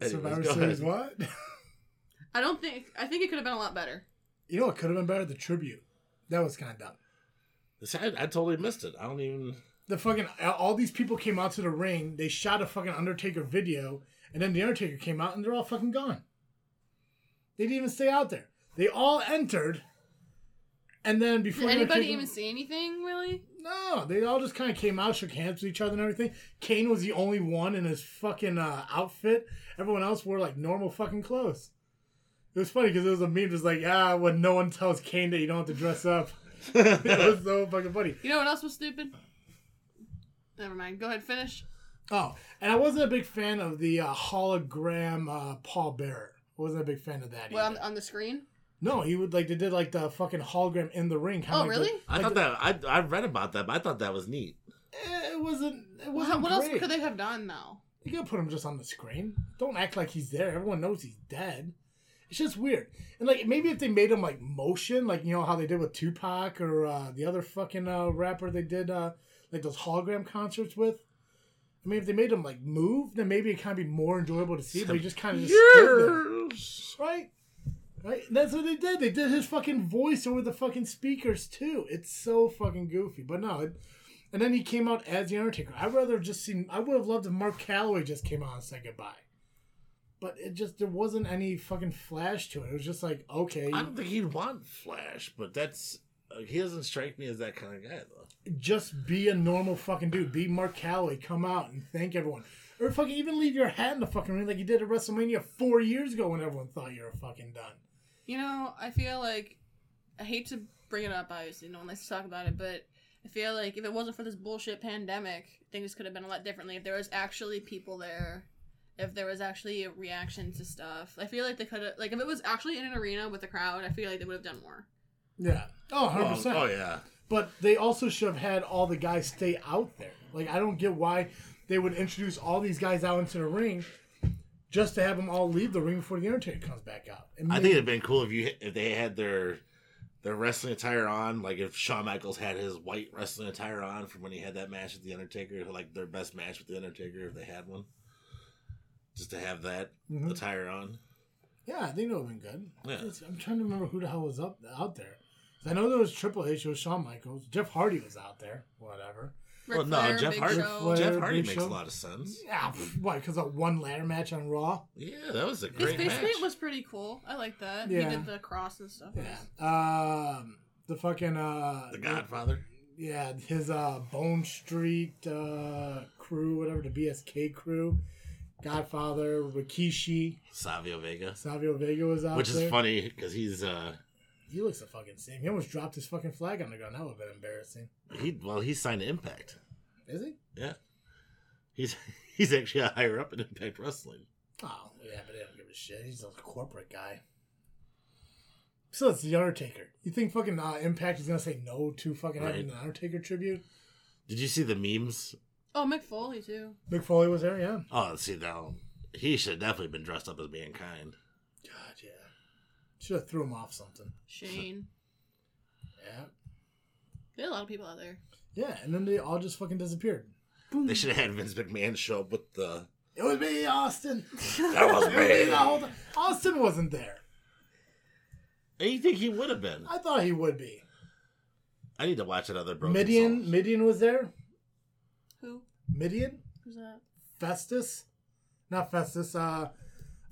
A: Anyways,
B: Survivor
A: go
B: Series,
A: ahead.
B: what?
C: I don't think. I think it could have been a lot better.
B: you know what could have been better? The tribute. That was kind of dumb.
A: See, I, I totally missed it. I don't even.
B: the fucking all these people came out to the ring. They shot a fucking Undertaker video, and then the Undertaker came out, and they're all fucking gone. They didn't even stay out there. They all entered, and then
C: Did
B: before the
C: anybody
B: Undertaker-
C: even see anything really?
B: no, they all just kind of came out, shook hands with each other, and everything. Kane was the only one in his fucking uh, outfit. Everyone else wore like normal fucking clothes. It was funny because it was a meme, just like ah, when no one tells Kane that you don't have to dress up. it was so fucking funny.
C: You know what else was stupid? Never mind. Go ahead, finish.
B: Oh, and I wasn't a big fan of the uh, hologram uh, Paul Bearer. I wasn't a big fan of that.
C: Well,
B: either.
C: on, on the screen.
B: no, he would like they did like the fucking hologram in the ring. kinda
C: Oh,
B: like the-
C: really?
A: I thought that I I read about that, but I thought that was neat.
B: Eh, it wasn't. It
C: What,
B: wasn't.
C: Oh, what else
B: great.
C: could they have done though?
B: You could put him just on the screen. Don't act like he's there. Everyone knows he's dead. It's just weird. And like maybe if they made him like motion, like you know how they did with Tupac or uh, the other fucking uh, rapper they did uh, like those hologram concerts with. I mean, if they made him like move, then maybe it kind of be more enjoyable to see. But he just kind of just stood there.
A: Yes.
B: Right? Right? That's what they did. They did his fucking voice over the fucking speakers too. It's so fucking goofy. But no, it, And then he came out as the Undertaker. I'd rather have just seen. I would have loved if Mark Calloway just came out and said goodbye. But it just there wasn't any fucking flash to it. It was just like okay,
A: I don't think he'd want Flash, but that's uh, he doesn't strike me as that kind of guy though.
B: just be a normal fucking dude. Be Mark Calloway. Come out and thank everyone. Or fucking even leave your hat in the fucking ring like you did at WrestleMania four years ago when everyone thought you were fucking done.
C: You know, I feel like I hate to bring it up. Obviously, no one likes to talk about it, but I feel like if it wasn't for this bullshit pandemic, things could have been a lot differently. If there was actually people there, if there was actually a reaction to stuff, I feel like they could have. Like if it was actually in an arena with a crowd, I feel like they would have done more.
B: Yeah. Oh, 100%.
A: Well, oh yeah,
B: But they also should have had all the guys stay out there. Like, I don't get why they would introduce all these guys out into the ring just to have them all leave the ring before the Undertaker comes back out.
A: I
B: It made-
A: think it'd been cool if you if they had their their wrestling attire on, like if Shawn Michaels had his white wrestling attire on from when he had that match with the Undertaker, like their best match with the Undertaker if they had one, just to have that
B: Mhm.
A: attire on.
B: Yeah, I think it would have been good.
A: Yeah.
B: It's- I'm trying to remember who the hell was up out there. 'Cause I know there was Triple H, there was Shawn Michaels, Jeff Hardy was out there, whatever.
C: Ric
A: well, no,
C: Flair,
A: Jeff
C: Big
A: Hardy.
C: Show.
B: Ric Flair,
A: Jeff Hardy
B: Big
A: makes
B: Show.
A: a lot of sense.
B: Yeah, pff, why? Because of one ladder match on Raw.
A: Yeah, that was a
C: His
A: great match.
C: basement was pretty cool. I like that.
B: Yeah.
C: He did the cross and stuff.
B: Yeah. Um, the fucking uh,
A: the Godfather.
B: yeah, his uh Bone Street uh crew, whatever the BSK crew, Godfather, Rikishi,
A: Savio Vega,
B: Savio Vega was out
A: which is
B: there.
A: funny because he's uh
B: He looks the fucking same. He almost dropped his fucking flag on the ground. That would have been embarrassing.
A: he well he signed to Impact.
B: Is he?
A: Yeah, he's he's actually higher up in Impact Wrestling.
B: Oh yeah, but they don't give a shit. He's a corporate guy. So it's the Undertaker. You think fucking uh, Impact is gonna say no to fucking having
A: Right.
B: an Undertaker tribute?
A: Did you see the memes?
C: Oh, Mick Foley too.
B: Mick Foley was there, yeah.
A: Oh, see now he should have definitely been dressed up as mankind.
B: God, yeah. Should have threw him off something.
C: Shane.
B: Yeah.
C: There are a lot of people out there.
B: Yeah, and then they all just fucking disappeared. Boom.
A: They should have had Vince McMahon show up with the
B: It was me, Austin.
A: that was
B: It was me the
A: me.
B: whole time. Austin wasn't there.
A: And you think he would have been?
B: I thought he would be.
A: I need to watch another Broken
B: Midian,
A: Souls.
B: Midian was there.
C: Who?
B: Midian,
C: Who's that?
B: Festus, not Festus. Uh,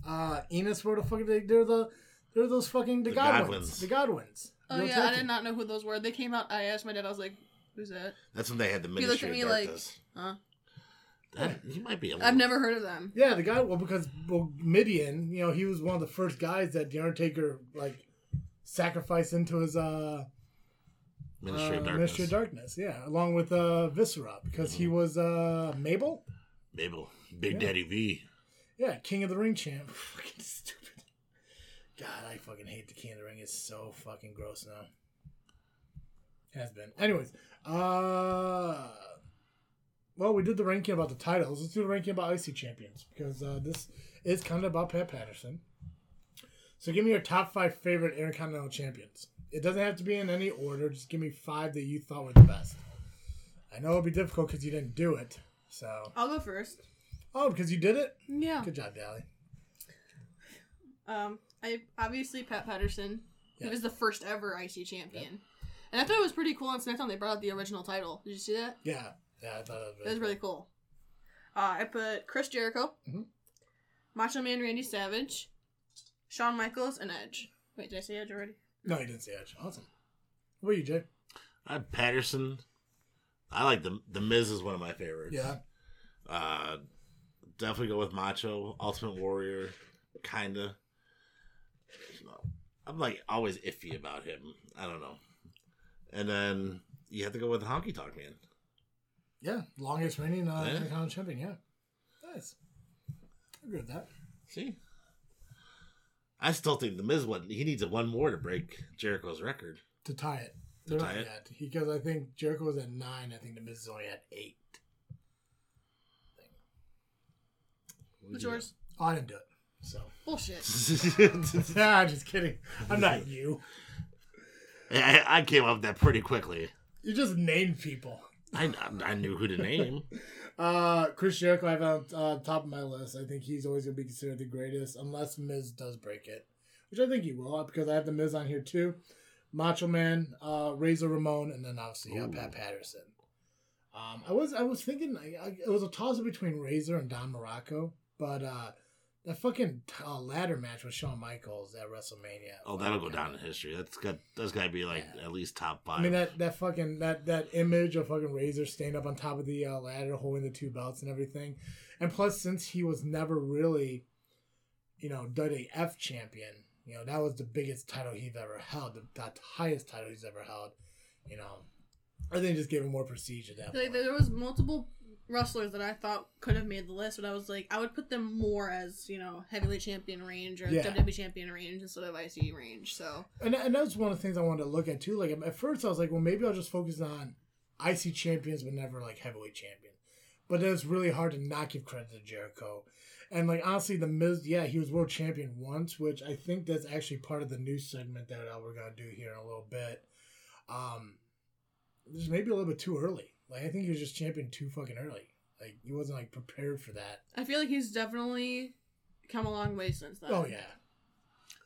B: uh, Enos. Where the fuck are they? They're the, they're those fucking the,
A: The
B: Godwins.
A: Godwins.
B: The Godwins.
C: Oh
B: Real
C: yeah, I
B: talking.
C: did not know who those were. They came out. I asked my dad. I was like, "Who's that?"
A: That's when they had the
C: He looked
A: Ministry
C: at me
A: of
C: like,
A: Darkness.
C: "Huh."
A: That- he might be. A
C: I've
A: little,
C: never heard of them.
B: Yeah, the guy. Well, because well, Midian, you know, he was one of the first guys that the Undertaker like sacrificed into his uh,
A: Ministry of Darkness.
B: uh,
A: Mm-hmm.
B: Ministry of Darkness. Yeah, along with uh, Viscera because he was uh, Mabel.
A: Mabel, Big
B: Yeah.
A: Daddy V.
B: Yeah, King of the Ring champ. Fucking stupid. God, I fucking hate the King of the Ring. It's so fucking gross now. Has been. Anyways, uh, well, we did the ranking about the titles. Let's do the ranking about IC champions because uh, this is kind of about Pat Patterson. So, give me your top five favorite Intercontinental champions. It doesn't have to be in any order. Just give me five that you thought were the best. I know it'll be difficult because you didn't do it. So,
C: I'll go first.
B: oh, because you did it.
C: Yeah.
B: Good job, Dally.
C: Um, I obviously Pat Patterson.
B: Yeah.
C: He was the first ever IC champion, and I thought it was pretty cool on SmackDown. They brought out the original title. Did you see that?
B: Yeah, yeah, I thought
C: It was really cool. Uh, I put Chris Jericho,
B: Mhm.
C: Macho Man Randy Savage, Shawn Michaels, and Edge. Wait, did I say Edge already?
B: No, you didn't say Edge. Awesome. What about you, Jay?
A: I have Patterson. I like the the Miz is one of my favorites.
B: Yeah,
A: Uh, definitely go with Macho, Ultimate Warrior, kinda. I'm like always iffy about him. I don't know. And then you have to go with Honky Tonk Man.
B: yeah. Longest reigning uh,
A: Yeah.
B: Intercontinental champion. Yeah, nice. I agree with that.
A: See, I still think the Miz one. He needs a one more to break Jericho's record.
B: To tie it.
A: To
B: They're
A: tie
B: not
A: it?
B: yet because I think Jericho was at nine. I think the Miz is only at eight.
C: What's yours?
B: Oh, I didn't do it. So
C: Bullshit.
B: yeah, I'm just kidding. I'm not you.
A: I, I came up with that pretty quickly.
B: You just named people.
A: I I knew who to name.
B: Uh, Chris Jericho, I have on uh, top of my list. I think he's always going to be considered the greatest, unless Miz does break it, which I think he will, uh, because I have the Miz on here too. Macho Man, uh, Razor Ramon, and then obviously uh,
A: Ooh.
B: Pat Patterson. Uh, Um, I was I was thinking I, I, it was a toss up between Razor and Don Morocco, but uh, that fucking uh, ladder match with Shawn Michaels at WrestleMania.
A: Oh, that'll go down in history. That's got that's got to be like
B: Yeah.
A: at least top five.
B: I mean that that fucking that that image of fucking Razor standing up on top of the uh, ladder, holding the two belts and everything, and plus since he was never really, you know, WWF champion, you know that was the biggest title he's ever held, the, the highest title he's ever held, you know, I think it just gave him more prestige at that
C: Like
B: point.
C: there was multiple wrestlers that I thought could have made the list, but I was like, I would put them more as you know heavyweight champion range or
B: Yeah.
C: WWE champion range instead of IC range. So
B: And, and that was one of the things I wanted to look at too. Like at first, I was like, well, maybe I'll just focus on IC champions, but never like heavyweight champion. But then it's really hard to not give credit to Jericho. And like honestly, the Miz, yeah, he was world champion once, which I think that's actually part of the new segment that uh, we're gonna do here in a little bit. Um, this is maybe a little bit too early. Like I think he was just champion too fucking early. Like he wasn't like prepared for that.
C: I feel like he's definitely come a long way since then.
B: Oh yeah,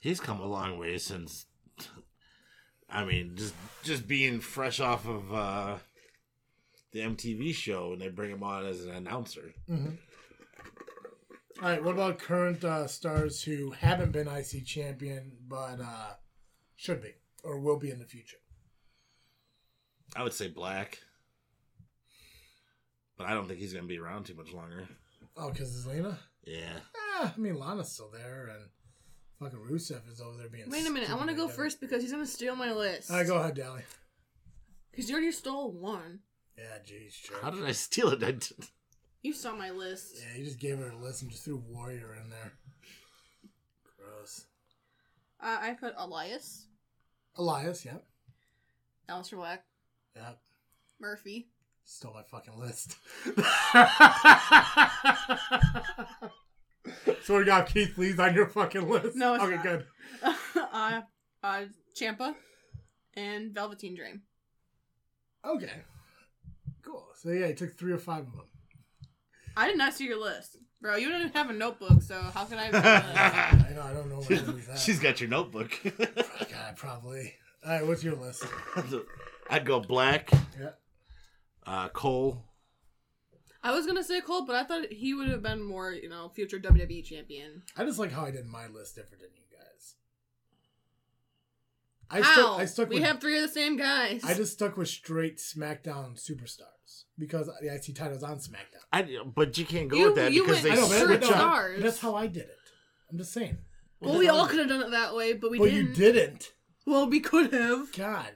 A: He's come a long way since. I mean, just just being fresh off of uh, the MTV show, and they bring him on as an announcer.
B: All right, what about current uh, stars who haven't been IC champion but uh, should be or will be in the future?
A: I would say Black, but I don't think he's going to be around too much longer.
B: Oh, because it's Lena?
A: Yeah,
B: Ah, I mean, Lana's still there and fucking Rusev is over there being.
C: Wait a minute, I
B: stupid
C: want to
B: and
C: go
B: dumb.
C: first because he's gonna steal my list.
B: All right, go ahead, Dally.
C: Because you already stole one.
B: Yeah, jeez, sure.
A: how did I steal it? I didn't-
C: You saw my list.
B: Yeah, you just gave her a list and just threw Warrior in there. Gross.
C: Uh, I put Elias,
B: Elias, yep.
C: Alistair Black,
B: Yep.
C: Murphy.
B: Stole my fucking list. so we got Keith Lee's on your fucking list.
C: No, it's
B: okay,
C: not.
B: good.
C: uh, uh, Champa, and Velveteen Dream.
B: Okay. Cool. So yeah, he took three or five of them.
C: I did not see your list, bro. You didn't have a notebook, so how can I? Have a list?
B: I know. I don't know where he's at.
A: she's got your notebook.
B: God, probably. All right, what's your list?
A: I'd go Black,
B: Yeah.
A: uh, Cole.
C: I was gonna say Cole, but I thought he would have been more, you know, future WWE champion.
B: I just like how I did my list different than you guys. I stuck.
C: How?
B: I stuck
C: we
B: with.
C: have three of the same guys.
B: I just stuck with straight SmackDown superstars because the IC title's on SmackDown.
A: I, but you can't go
C: You-
A: with that
C: you
A: because
C: went-
A: they
B: I know, but,
C: Straight
B: but no,
C: stars.
B: that's how I did it. I'm just saying.
C: well, we all could have done it that way, but we
B: but
C: didn't.
B: you didn't.
C: Well, we could have.
B: God,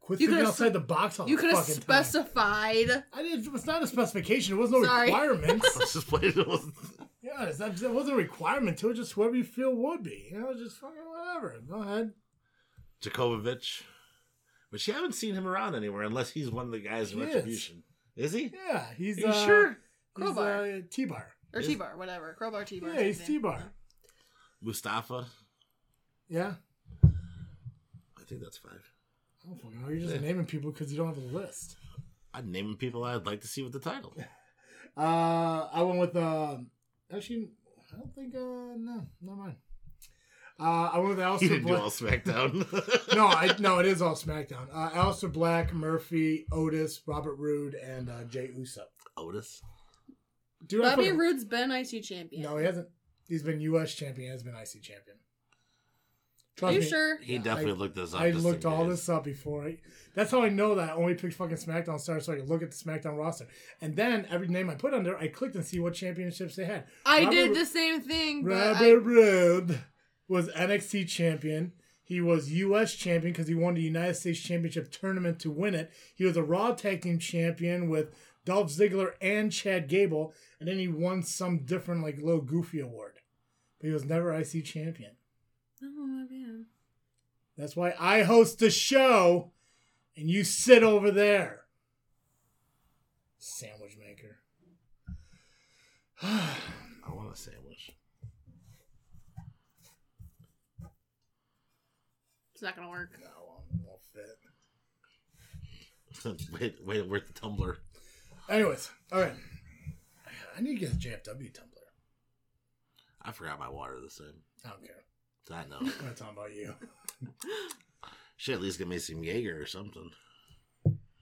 B: quit
C: You
B: thinking
C: could've
B: outside
C: s-
B: the box all
C: You
B: the
C: could have
B: fucking time.
C: specified.
B: I didn't. It's not a specification. It was no
C: Sorry.
B: requirements.
A: Let's just play it.
B: Yeah, it's not, that wasn't a requirement to it. Just whoever you feel would be. You know, just fucking whatever. Go ahead.
A: Jakovovich. Which you haven't seen him around anywhere unless he's one of the guys in
B: He is.
A: Retribution. Is, he?
B: Yeah, he's.
A: Are you
B: uh,
A: sure?
C: Crowbar.
B: He's, uh, T-bar.
C: Or
A: Is-
C: T bar, whatever. Crowbar T bar.
B: Yeah, he's T-bar.
A: Mustafa.
B: Yeah.
A: I think that's five.
B: I don't fucking know. You're just naming people because you don't have a list.
A: I'm naming people I'd like to see with the title.
B: Uh, I went with um. Actually, I don't think. Uh, no, never mind. Uh, I went with
A: He
B: Alistair
A: didn't do
B: Black.
A: all SmackDown.
B: no, I no, it is all SmackDown. Uh, Alistair Black, Murphy, Otis, Robert Roode, and uh, Jay Uso.
A: Otis.
B: Dude, I
C: Bobby
B: fucking-
C: Roode's been IC champion.
B: No, he hasn't. He's been U.S. champion. Has been IC champion.
C: Are
B: Trust
C: you
B: me,
C: sure?
A: He
B: Yeah,
A: definitely
B: I-
A: looked this up.
B: I
A: just
B: looked
A: in
B: all
A: case.
B: this up before. I, that's how I know that I only picked fucking SmackDown stars so I could look at the SmackDown roster. And then every name I put on there, I clicked and see what championships they had.
C: I
B: Robert-
C: did the same thing, but
B: Robert
C: I,
B: Roode was NXT champion. He was U.S. champion because he won the United States Championship tournament to win it. He was a Raw Tag Team champion with Dolph Ziggler and Chad Gable, and then he won some different like little goofy award. But he was never IC champion.
C: Oh, man.
B: That's why I host the show, and you sit over there, sandwich maker.
A: I want a sandwich.
C: it's not gonna work.
B: No, I won't fit.
A: way, way to work the tumbler.
B: Anyways, all right. I need to get a JFW tumbler.
A: I forgot my water this time.
B: I don't care.
A: I know.
B: I'm not talking about you.
A: Should at least get me some Jaeger or something.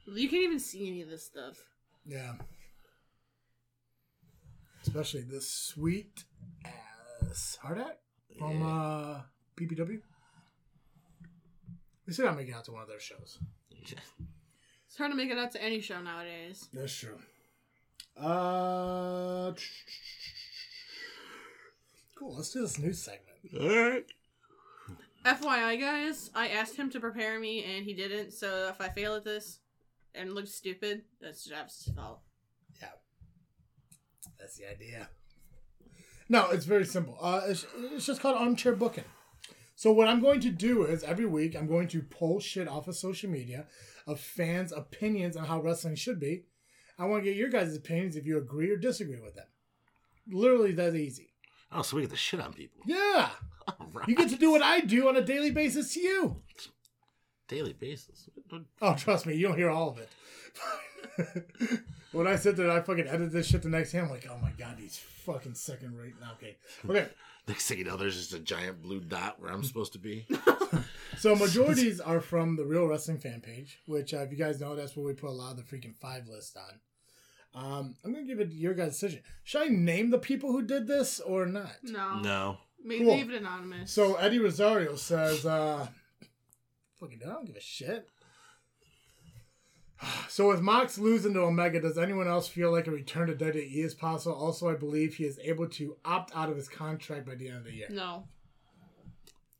C: You can't even see any of this stuff.
B: Yeah. Especially this sweet ass hard hat from
A: Yeah.
B: uh, PPW. We said I'm making out to one of their shows.
C: It's hard to make it out to any show nowadays.
B: That's true. Uh, cool. Let's do this new segment.
A: All right.
C: FYI, guys, I asked him to prepare me and he didn't. So if I fail at this and look stupid, that's Jeff's fault.
B: That's the idea. No, it's very simple. Uh, it's, it's just called armchair booking. So what I'm going to do is every week I'm going to pull shit off of social media of fans' opinions on how wrestling should be. I want to get your guys' opinions if you agree or disagree with them. Literally that easy.
A: Oh, so we get the shit on people.
B: Yeah,
A: All right.
B: you get to do what I do on a daily basis to you.
A: daily basis.
B: Oh, trust me, you don't hear all of it. when I sit there, I fucking edit this shit the next day. I'm like, oh my god, these fucking second rate. Okay, okay.
A: Next thing you know, there's just a giant blue dot where I'm supposed to be.
B: So majorities are from the Real Wrestling fan page, which uh, if you guys know, that's where we put a lot of the freaking five list on. Um, I'm gonna give it your guys' decision. Should I name the people who did this or not?
C: No.
A: No.
C: Ma-
B: Cool.
C: Leave it anonymous.
B: So Eddie Rosario says, uh, "Fucking, I don't give a shit." So with Mox losing to Omega, does anyone else feel like a return to WWE is possible? Also, I believe he is able to opt out of his contract by the end of the year.
C: no.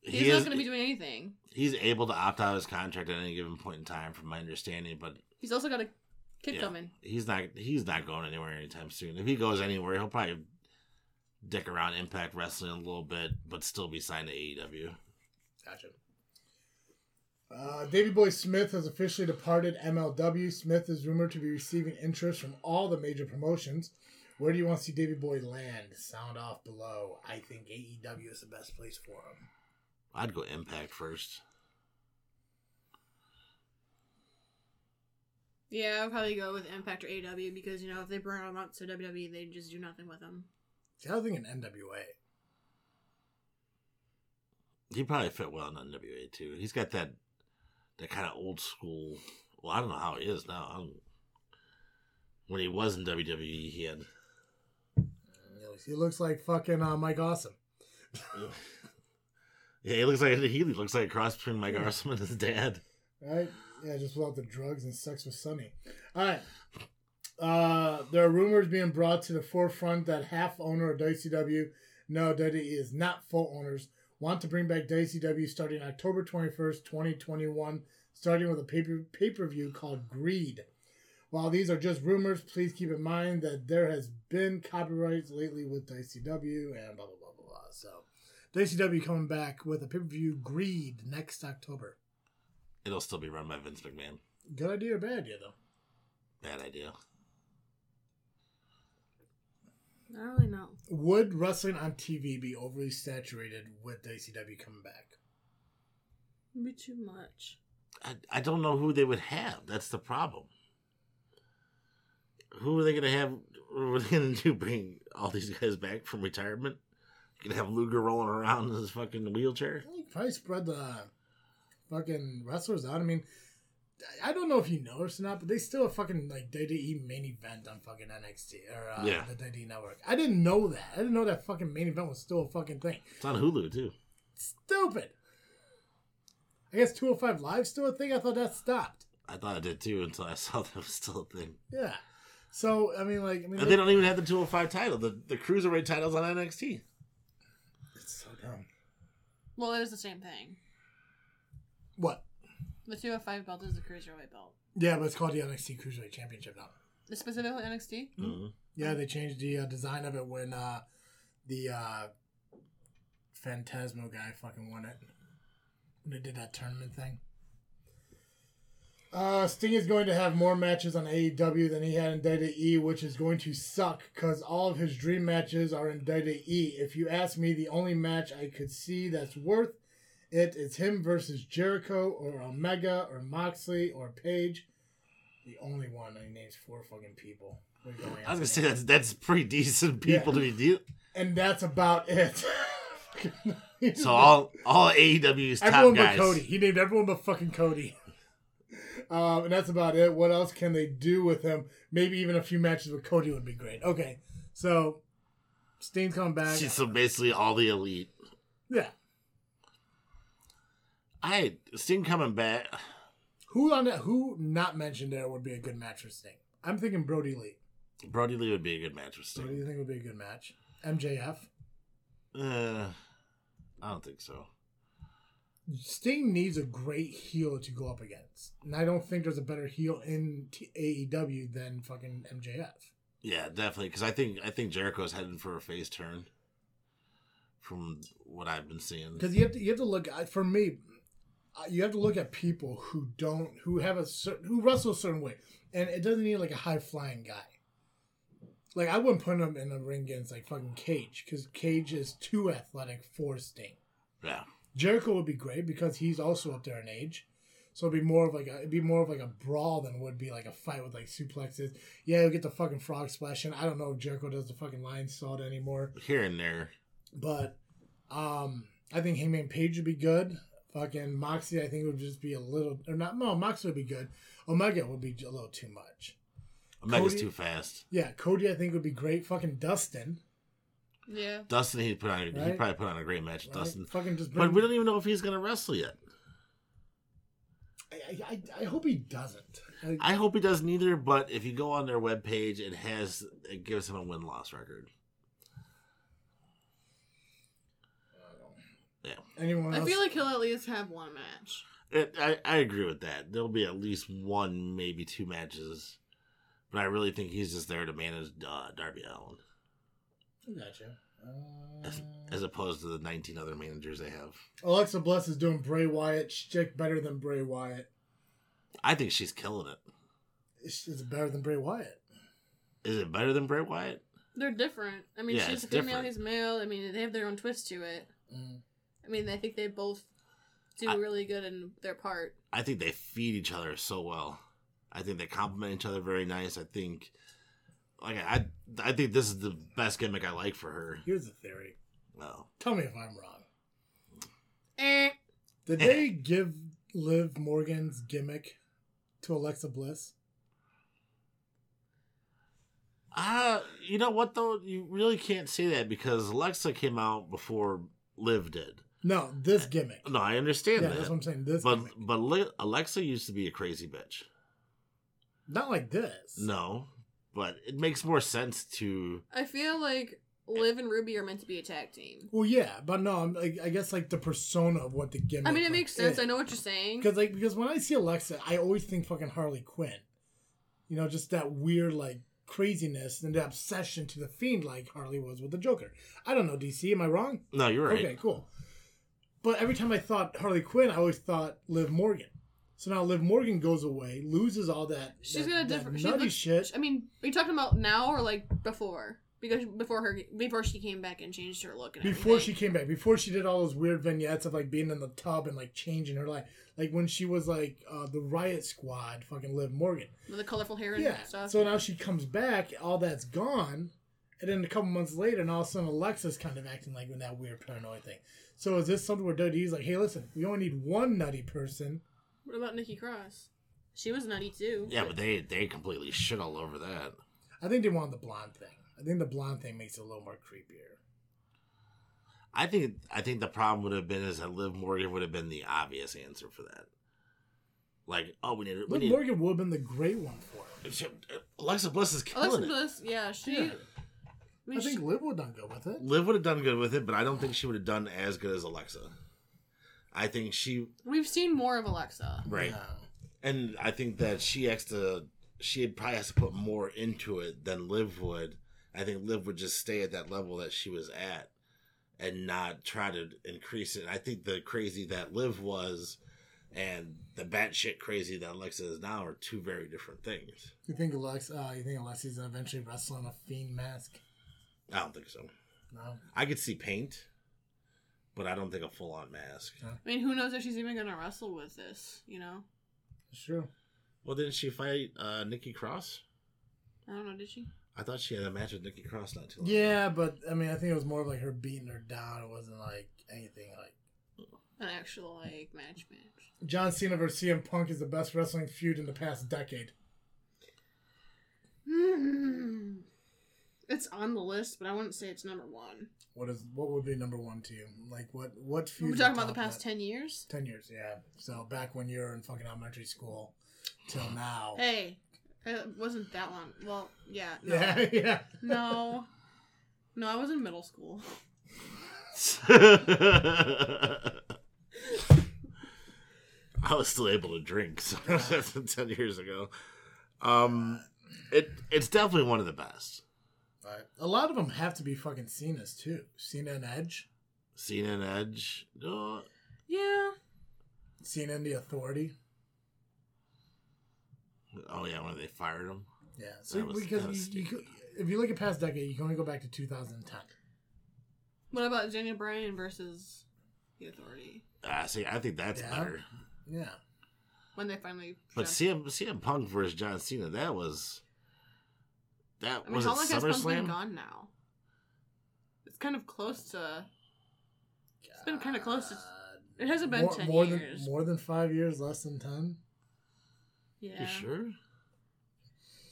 C: He's
A: He
C: not
A: is,
C: going to be doing anything.
A: he's able to opt out of his contract at any given point in time, from my understanding, but
C: He's also got a kid
A: Yeah.
C: coming.
A: he's not he's not going anywhere anytime soon. If he goes anywhere, he'll probably dick around Impact Wrestling a little bit, but still be signed to E AEW.
B: Gotcha. Uh, Davy Boy Smith has officially departed MLW. Smith is rumored to be receiving interest from all the major promotions. Where do you want to see Davy Boy land? Sound off below. I think AEW is the best place for him.
A: I'd go Impact first.
C: Yeah, I'll probably go with Impact or AW because, you know, if they burn him out to WWE, they just do nothing with him.
B: See, I was thinking NWA.
A: He'd probably fit well in NWA too. He's got that that kind of old school. Well, I don't know how he is now. I don't, when he was in WWE, he had
B: He looks like fucking uh, Mike Awesome.
A: yeah. He looks like he looks like a cross between Mike Arseman and his dad.
B: Right? Yeah, just without the drugs and sex with Sonny. All right. Uh, there are rumors being brought to the forefront that half owner of WCW, no, WWE is not full owners, want to bring back WCW starting October 21st, 2021, starting with a paper, pay-per-view called Greed. While these are just rumors, please keep in mind that there has been copyrights lately with WCW and blah, blah, blah, blah, blah. So, WCW coming back with a pay-per-view Greed next October.
A: It'll still be run by Vince McMahon.
B: Good idea or bad idea, though?
A: Bad idea.
C: I don't really know.
B: Would wrestling on TV be overly saturated with WCW coming back?
C: Maybe too much.
A: I, I don't know who they would have. That's the problem. Who are they going to have? What are they going to do? Bring all these guys back from retirement? You're going to have Luger rolling around in his fucking wheelchair?
B: You could probably spread the fucking wrestlers out. I mean, I- I don't know if you know this or not, but they still have fucking like WWE main event on fucking NXT or uh,
A: Yeah.
B: the WWE network. I didn't know that. I didn't know that fucking main event was still a fucking thing.
A: It's on Hulu, too.
B: Stupid. I guess 205 Live still a thing. I thought that stopped.
A: I thought I did, too, until I saw that was still a thing.
B: Yeah. So I mean, like, I mean,
A: And they don't even have the 205 title. The, the Cruiserweight title's on NXT.
B: it's so dumb.
C: Well, it is the same thing.
B: What?
C: The 205 belt is the Cruiserweight belt.
B: Yeah, but it's called the NXT Cruiserweight Championship now.
C: The specifically NXT?
A: Mm-hmm.
B: Yeah, they changed the uh, design of it when uh, the uh, Phantasmo guy fucking won it. When they did that tournament thing. Uh, Sting is going to have more matches on AEW than he had in WWE, which is going to suck because all of his dream matches are in WWE. If you ask me, the only match I could see that's worth it is him versus Jericho or Omega or Moxley or Page. The only one, and he names four fucking people. What are you
A: I was going
B: after?
A: to say, that's, that's pretty decent people to be deal.
B: and that's about it.
A: So all, E all AEW's top
B: everyone
A: guys.
B: but Cody. He named everyone but fucking Cody. Um, and that's about it. What else can they do with him? Maybe even a few matches with Cody would be great. Okay, so Sting's coming back.
A: She's so basically all the elite.
B: yeah.
A: I Sting coming back.
B: Who on that? Who not mentioned there would be a good match for Sting? I'm thinking Brody Lee.
A: Brody Lee would be a good match with
B: What do you
A: Sting.
B: think would be a good match? MJF.
A: Uh, I don't think so.
B: Sting needs a great heel to go up against, and I don't think there's a better heel in T- AEW than fucking MJF.
A: Yeah, definitely. Because I think I think Jericho's heading for a face turn. From what I've been seeing,
B: Because you have to you have to look I- for me, I- you have to look at people who don't who have a certain who wrestle a certain way, and it doesn't need like a high flying guy. Like I wouldn't put him in a ring against like fucking Cage because Cage is too athletic for Sting.
A: yeah,
B: Jericho would be great because he's also up there in age. So it'd be more of like a it'd be more of like a brawl than it would be like a fight with like suplexes. Yeah, you'll get the fucking frog splash in. I don't know if Jericho does the fucking lion salt anymore.
A: here and there.
B: But um I think Hangman Page would be good. Fucking Moxie I think would just be a little or not no, Moxie would be good. Omega would be a little too much.
A: Omega's
B: Cody-
A: too fast.
B: Yeah, Cody I think would be great. Fucking Dustin.
C: Yeah.
A: Dustin, he put on. He
B: Right?
A: probably put on a great match, with
B: right?
A: Dustin.
B: Fucking just bring,
A: But we don't even know if he's gonna wrestle yet.
B: I, I, I hope he doesn't. Like,
A: I hope he doesn't either. But if you go on their webpage, it has it gives him a win loss record.
B: anyone
C: I
B: else?
C: feel like he'll at least have one match.
A: It, I I agree with that. There'll be at least one, maybe two matches. But I really think he's just there to manage uh, Darby Allen,
B: Gotcha.
A: as,
B: Mm.
A: as opposed to the 19 other managers they have.
B: Uh, Alexa Bliss is doing Bray Wyatt shtick better than Bray Wyatt.
A: I think she's killing it.
B: Is is it better than Bray Wyatt?
A: Is it better than Bray Wyatt?
C: They're different. I mean,
A: Yeah, it's
C: she's a female,
A: different.
C: he's male. I mean, they have their own twist to it.
B: Mm,
C: I mean, I think they both do
A: I-
C: really good in their part.
A: I think they feed each other so well. I think they complement each other very nice. I think, like I, I think this is the best gimmick I like for her.
B: Here's the theory.
A: Well,
B: Tell me if I'm wrong.
C: Eh.
B: Did they give Liv Morgan's gimmick to Alexa Bliss?
A: Uh, you know what though? You really can't say that because Alexa came out before Liv did.
B: No, this gimmick.
A: No, I
B: Yeah,
A: understand
B: that's what
A: that.
B: I'm saying. This
A: But
B: gimmick.
A: but Li- Alexa used to be a crazy bitch.
B: Not like this.
A: No, but it makes more sense to
C: I feel like Liv and Ruby are meant to be a tag team.
B: Well, yeah, but no, I'm, like, I guess like the persona of what the gimmick
C: I mean, it
B: like,
C: makes sense.
B: is.
C: I know what you're saying.
B: Because like because when I see Alexa, I always think fucking Harley Quinn. You know, just that weird like craziness and the obsession to the fiend like Harley was with the Joker. I don't know, DC, am I wrong?
A: No, you're right.
B: Okay, cool. But every time I thought Harley Quinn, I always thought Liv Morgan. So now Liv Morgan goes away, loses all that.
C: She's
B: that,
C: got a
B: that
C: different. She
B: nutty
C: looks,
B: shit.
C: I mean, are you talking about now or like before? Because before her, before she came back and changed her look and
B: Before she
C: everything.
B: came back, before she did all those weird vignettes of like being in the tub and like changing her life, like when she was like uh, the Riot Squad, fucking Liv Morgan.
C: with the colorful hair and
B: Yeah.
C: stuff.
B: So now she comes back, all that's gone, and then a couple months later, and all of a sudden Alexa's kind of acting like in that weird paranoid thing. So is this something where WWE's like, hey, listen, we only need one nutty person?
C: what about Nikki Cross? She was nutty too.
A: Yeah, but they they completely shit all over that.
B: I think they want the blonde thing. I think the blonde thing makes it a little more creepier.
A: I think I think the problem would have been is that Liv Morgan would have been the obvious answer for that. Like, oh, we need we
B: Liv
A: need
B: Morgan would have been the great one for it.
A: Alexa Bliss is killing
C: Alexa
A: it.
C: Bliss, yeah, she.
B: Yeah.
C: I mean,
B: I think
C: she-
B: Liv would not go with it.
A: Liv would have done good with it, but I don't think she would have done as good as Alexa. I think she
C: we've seen more of Alexa.
A: right,
B: No.
A: and I think that she has to. She probably has to put more into it than Liv would. I think Liv would just stay at that level that she was at, and not try to increase it. I think the crazy that Liv was, and the batshit crazy that Alexa is now are two very different things.
B: You think Alex? Uh, you think Alexi's gonna eventually wrestle in a fiend mask?
A: I don't think so.
B: No.
A: I could see paint, but I don't think a full on mask.
C: I mean, who knows if she's even gonna wrestle with this? You know,
B: It's true.
A: Well, didn't she fight uh, Nikki Cross?
C: I don't know. Did she?
A: I thought she had a match with Nikki Cross not too long.
B: Yeah, but I mean, I think it was more of like her beating her down. It wasn't like anything like.
C: An actual like match match.
B: John Cena versus CM Punk is the best wrestling feud in the past decade.
C: Hmm. It's on the list, but I wouldn't say it's number one.
B: What is what would be number one to you? Like what what feud?
C: We're
B: would
C: talking about the
B: top
C: past
B: that?
C: ten years.
B: ten years. Yeah. So back when you were in fucking elementary school, till now.
C: Hey, it wasn't that long. Well, yeah. No.
B: yeah, yeah.
C: No. No, I was in middle school.
A: I was still able to drink so ten years ago. Um, it it's definitely one of the best.
B: A lot of them have to be fucking Cena's too. Cena and Edge,
A: Cena and Edge. uh,
C: Yeah.
B: Cena and the Authority.
A: oh yeah, when they fired him.
B: Yeah. So
A: That was-
B: because
A: that was
B: you, you, could- if you look at past decade, you can only go back to 2010.
C: What about Daniel Bryan versus the Authority
A: Ah, see, I think that's
B: Yeah.
A: better.
B: Yeah.
C: when they finally?
A: But CM
C: jumped-
A: CM Punk versus John Cena, that was that
C: I mean,
A: was
C: how
A: it
C: long has Punk been
A: SummerSlam.
C: gone now? It's kind of close to. It's been kinda close to- It hasn't been
B: Uh, more,
C: ten
B: more
C: years.
B: than more than five years, less than ten.
C: yeah.
A: You sure?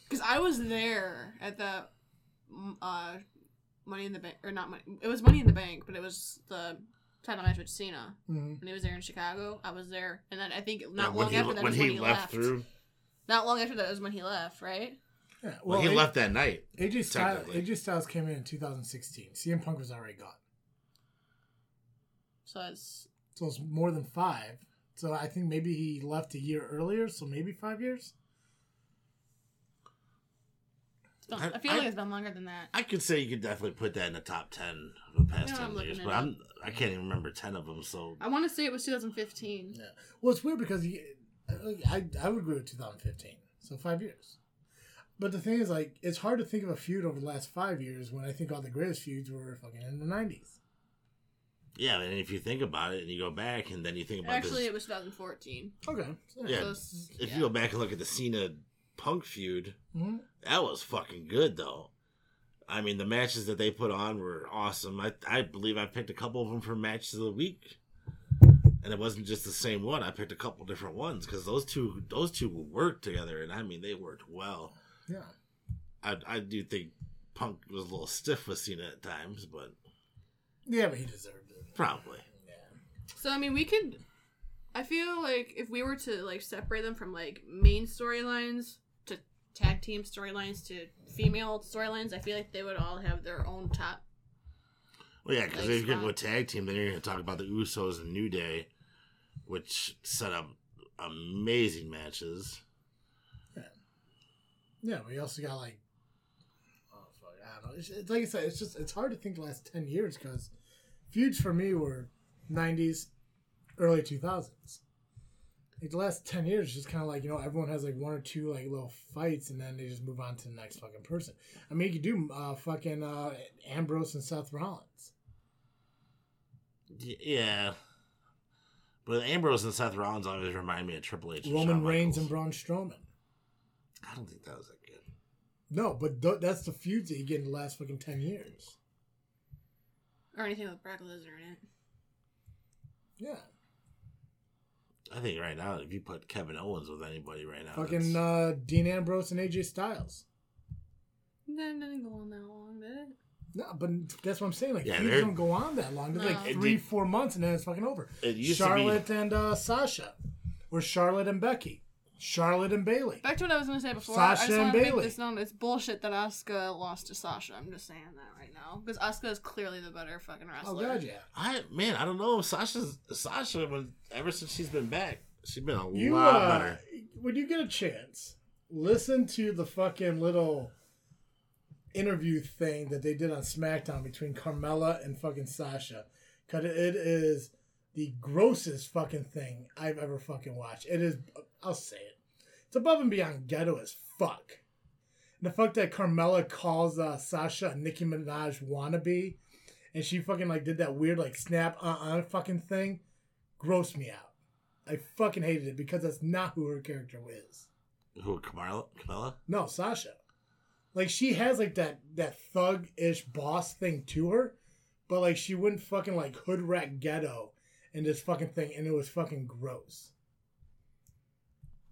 C: Because I was there at the mm, uh, Money in the Bank, or not Money. It was Money in the Bank, but it was the title match with Cena
B: Mm-hmm.
C: when he was there in Chicago. I was there, and then I think
A: Yeah,
C: not long
A: he,
C: after that
A: when
C: is
A: he
C: when he
A: left,
C: left.
A: through,
C: Not long after that is when he left, right?
B: Yeah.
A: well, he
B: A-
A: left that night.
B: AJ Styles,
A: technically.
B: AJ Styles came in in 2016. CM Punk was already gone,
C: So it's
B: so it's more than five. So I think maybe he left a year earlier, so maybe five years.
C: it's been,
A: I-
C: I, feel
A: I-
C: like it's been longer than that.
A: I could say you could definitely put that in the top ten of the past
C: Yeah, I'm
A: ten
C: looking
A: years,
C: it
A: but
C: up.
A: I'm I can't even remember ten of them. So
C: I want to say it was 2015.
B: Yeah. Well, it's weird because he, I, I would agree with 2015. So five years. But the thing is, like, it's hard to think of a feud over the last five years when I think all the greatest feuds were fucking in the 90s.
A: yeah, and if you think about it, and you go back, and then you think about
C: Actually,
A: this,
C: it was 2014.
B: Okay.
A: Yeah.
C: So it's-
A: if
C: yeah.
A: you go back and look at the Cena Punk feud,
B: hmm
A: that was fucking good though. I mean, the matches that they put on were awesome. I I believe I picked a couple of them for matches of the week, and it wasn't just the same one. I picked a couple different ones because those two those two worked together, and I mean they worked well.
B: Yeah.
A: I I do think Punk was a little stiff with Cena at times, but
B: Yeah, but he deserved it.
A: probably
B: Yeah.
C: So I mean, we could. I feel like if we were to like separate them from like main storylines to tag team storylines to female storylines, I feel like they would all have their own top.
A: well yeah because
C: Like
A: if you're gonna go
C: Scott.
A: tag team, then you're gonna talk about the Usos and New Day, which set up amazing matches.
B: Yeah, but he also got, like, oh, fuck. I don't know. It's, it's, like I said, it's just, it's hard to think the last 10 years because feuds for me were 90s, early 2000s. Like the last 10 years, just kind of like, you know, everyone has like one or two like little fights and then they just move on to the next fucking person. I mean, you could do uh, fucking uh, Ambrose and Seth Rollins.
A: Y- Yeah. But Ambrose and Seth Rollins always remind me of Triple H. and
B: Roman
A: Shawn
B: Reigns and
A: Michaels.
B: Braun Strowman.
A: I don't think that was that good.
B: No, but th- that's the feuds that you get in the last fucking 10 years.
C: Or anything with Brock Lesnar in it.
B: Yeah.
A: I think right now, if you put Kevin Owens with anybody right now,
B: Fucking
A: that's-
B: uh, Dean Ambrose and AJ Styles.
C: That didn't go on that long, did it?
B: No, but that's what I'm saying. Like,
A: Yeah,
B: feuds
A: they're-
B: don't go on that long. They're
C: No.
B: like
A: It
B: three,
A: did-
B: four months and then it's fucking over.
A: it used
B: Charlotte
A: to
B: and uh, Sasha, or Charlotte and Becky, Charlotte and Bailey.
C: Back to what I was gonna say before. I
B: Sasha
C: just
B: and
C: want to make
B: Bailey.
C: this known. It's bullshit that Asuka lost to Sasha. I'm just saying that right now because Asuka is clearly the better fucking
B: Oh
C: wrestler.
B: god, yeah.
A: be. I man, I don't know. Sasha's Sasha was ever since she's been back, she's been a
B: You
A: lot
B: uh,
A: better.
B: when you get a chance, listen to the fucking little interview thing that they did on SmackDown between Carmella and fucking Sasha, because it is the grossest fucking thing I've ever fucking watched. It is, I'll say it, it's above and beyond ghetto as fuck. And the fuck that Carmella calls uh, Sasha a Nicki Minaj wannabe, and she fucking like did that weird like snap uh uh fucking thing, grossed me out. I fucking hated it because that's not who her character is.
A: Who Kamala? Kamala?
B: No, Sasha. Like she has like that that thug ish boss thing to her, but like she wouldn't fucking like hood rat ghetto in this fucking thing, and it was fucking gross.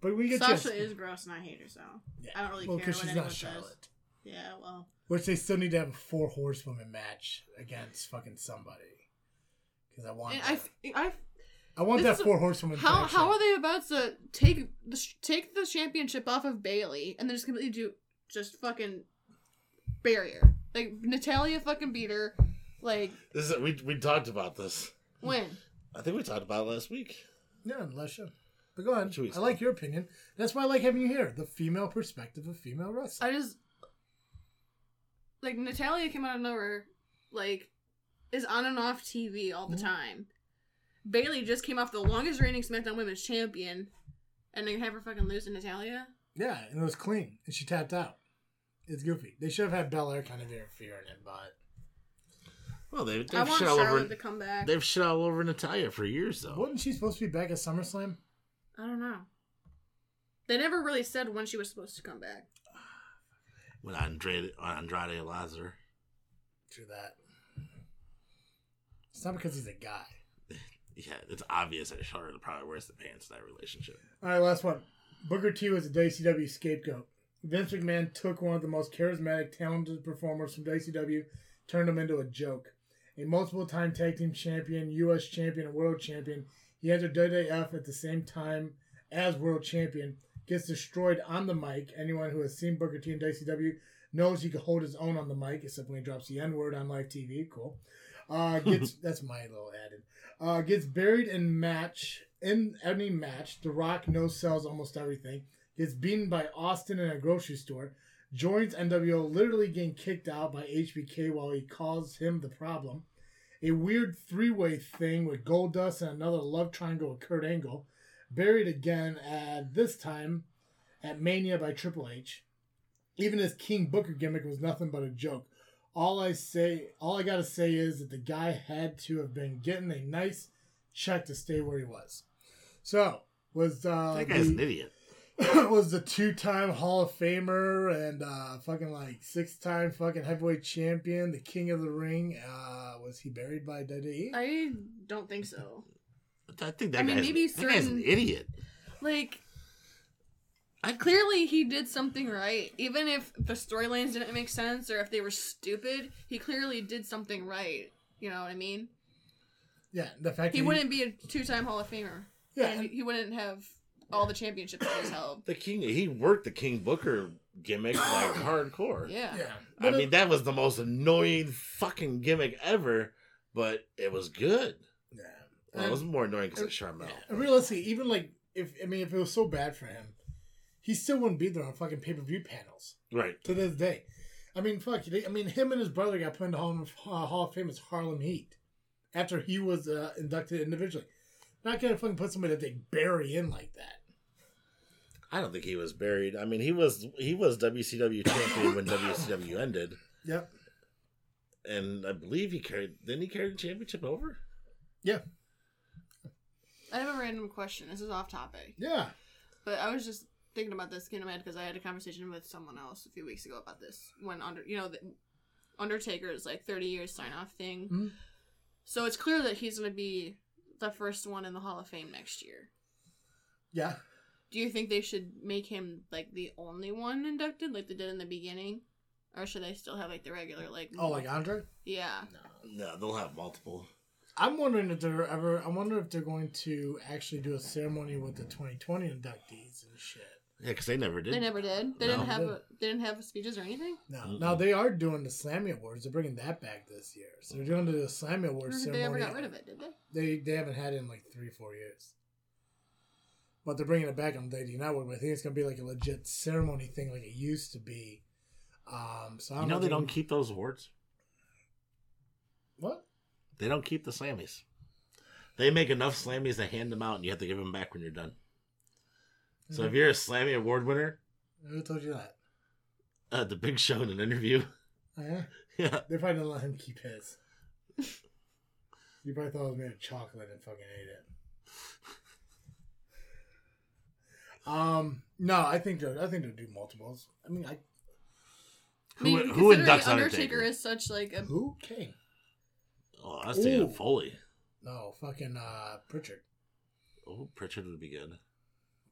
B: But we get
C: Sasha
B: just,
C: is gross and I hate her, so
B: Yeah.
C: I don't really
B: well
C: care
B: because
C: what
B: she's
C: anyone
B: not
C: says.
B: Charlotte,
C: Yeah, well,
B: which they still need to have a four horsewoman match against fucking somebody. Because I want,
C: and
B: that.
C: I,
B: I,
C: f- I,
B: want
C: this
B: that
C: is-
B: four horsewoman.
C: how
B: faction.
C: how are they about to take the sh- take the championship off of Bailey and then just completely do just fucking barrier like Natalia fucking beat her like
A: This is, we we talked about this.
C: when
A: I think we talked about it last week.
B: Yeah, unless you. But go ahead.
A: Should we
B: I like your opinion. That's why I like having you here. The female perspective of female wrestling.
C: I just like Natalia came out of nowhere, like is on and off TV all the
B: Mhm.
C: time. Bailey just came off the longest reigning SmackDown Women's Champion, and then have her fucking lose to Natalia.
B: yeah, and it was clean, and she tapped out. It's goofy. They should have had Bel Air kind of interfere in it, but
A: Well, they, they've
C: I want
A: shit all
C: Charlotte
A: over.
C: to come back.
A: They've shit all over Natalia for years, though.
B: wasn't she supposed to be back at SummerSlam?
C: I don't know. They never really said when she was supposed to come back.
A: When Andrade Andrade Lazar,
B: True that. It's not because he's a guy.
A: yeah, it's obvious that Charlotte probably wears the pants in that relationship.
B: All right, last one. Booker T was a WCW scapegoat. Vince McMahon took one of the most charismatic, talented performers from WCW, turned him into a joke. A multiple time tag team champion, U.S. champion, and world champion, he entered WWF at the same time as world champion, gets destroyed on the mic. Anyone who has seen Booker T in WCW knows he can hold his own on the mic, except when he drops the N word on live TV. Cool. Uh, gets that's my little added. Uh, gets buried in match in any match. The Rock no sells almost everything. Gets beaten by Austin in a grocery store. Joins NWO, literally getting kicked out by HBK while he calls him the problem. A weird three way thing with Goldust and another love triangle with Kurt Angle. Buried again at this time at Mania by Triple H. Even his King Booker gimmick was nothing but a joke. All I say, all I gotta say is that the guy had to have been getting a nice check to stay where he was. So was uh,
A: that guy's
B: the-
A: an idiot.
B: was the two-time Hall of Famer and uh, fucking like six-time fucking heavyweight champion, the King of the Ring. Uh, was he buried by WWE?
C: I don't think so.
A: I think that,
C: I mean,
A: guy's,
C: maybe
A: that guy's an
C: certain-
A: idiot.
C: Like, I clearly he did something right. Even if the storylines didn't make sense or if they were stupid, he clearly did something right. You know what I mean?
B: yeah, the fact
C: He
B: that
C: wouldn't be a two-time Hall of Famer.
B: Yeah,
C: And he- he wouldn't have all the championships that he's held.
A: The king, he worked the King Booker gimmick like hardcore.
C: Yeah.
B: yeah. uh,
A: I mean, that was the most annoying fucking gimmick ever, but it was good.
B: yeah.
A: Well, it was more annoying
C: er,
A: because of Charmel.
B: And realistically, even like if I mean, if it was so bad for him, he still wouldn't be there on fucking pay-per-view panels
A: Right.
B: to this day. I mean, fuck. they- I mean, him and his brother got put in the Hall of, uh, Hall of Fame as Harlem Heat after he was uh, inducted individually. Not gonna fucking put somebody that they bury in like that.
A: I don't think he was buried. I mean, he was he was WCW champion when WCW ended,
B: Yep.
A: and I believe he carried. Then he carried the championship over.
C: I have a random question. This is off topic.
B: Yeah.
C: But I was just thinking about this kind of mad because I had a conversation with someone else a few weeks ago about this when under you know the Undertaker's like thirty years sign off thing.
B: Mhm.
C: So it's clear that he's going to be the first one in the Hall of Fame next year.
B: Yeah.
C: Do you think they should make him like the only one inducted, like they did in the beginning, or should they still have like the regular like?
B: Oh, like Andre?
C: yeah.
B: No.
A: No, they'll have multiple.
B: I'm wondering if they're ever. I wonder if they're going to actually do a ceremony with the 2020 inductees and shit.
A: Yeah, because they never did.
C: They never did. They
A: No.
C: didn't have
B: They
C: a, they didn't have speeches or anything.
B: No,
A: Mm-mm.
B: now they are doing the Slammy Awards. They're bringing that back this year. So they're doing the Slammy
C: I don't
B: Awards
C: think they ever
B: ceremony.
C: got rid of it, did they?
B: They they haven't had it in like three four years. But they're bringing it back on the United Network. But I think it's gonna be like a legit ceremony thing, like it used to be. Um, so I
A: You know
B: if
A: they
B: they're-
A: don't keep those awards.
B: what?
A: They don't keep the slammies. They make enough slammies to hand them out, and you have to give them back when you're done. So
B: Mhm.
A: if you're a Slammy Award winner,
B: Who told you that?
A: uh, the Big Show in an interview,
B: Oh, yeah?
A: yeah,
B: They probably didn't let him keep his. you probably thought it was made of chocolate and fucking ate it. Um, no, I think they'll- I think they'll do multiples. I mean, I
C: I
A: Who-
C: mean,
A: who
C: considering
A: inducts Undertaker?
C: Undertaker is such like a
B: who King?
A: oh, I was thinking
B: Ooh.
A: of Foley.
B: No, fucking uh Pritchard.
A: Oh, Pritchard would be good.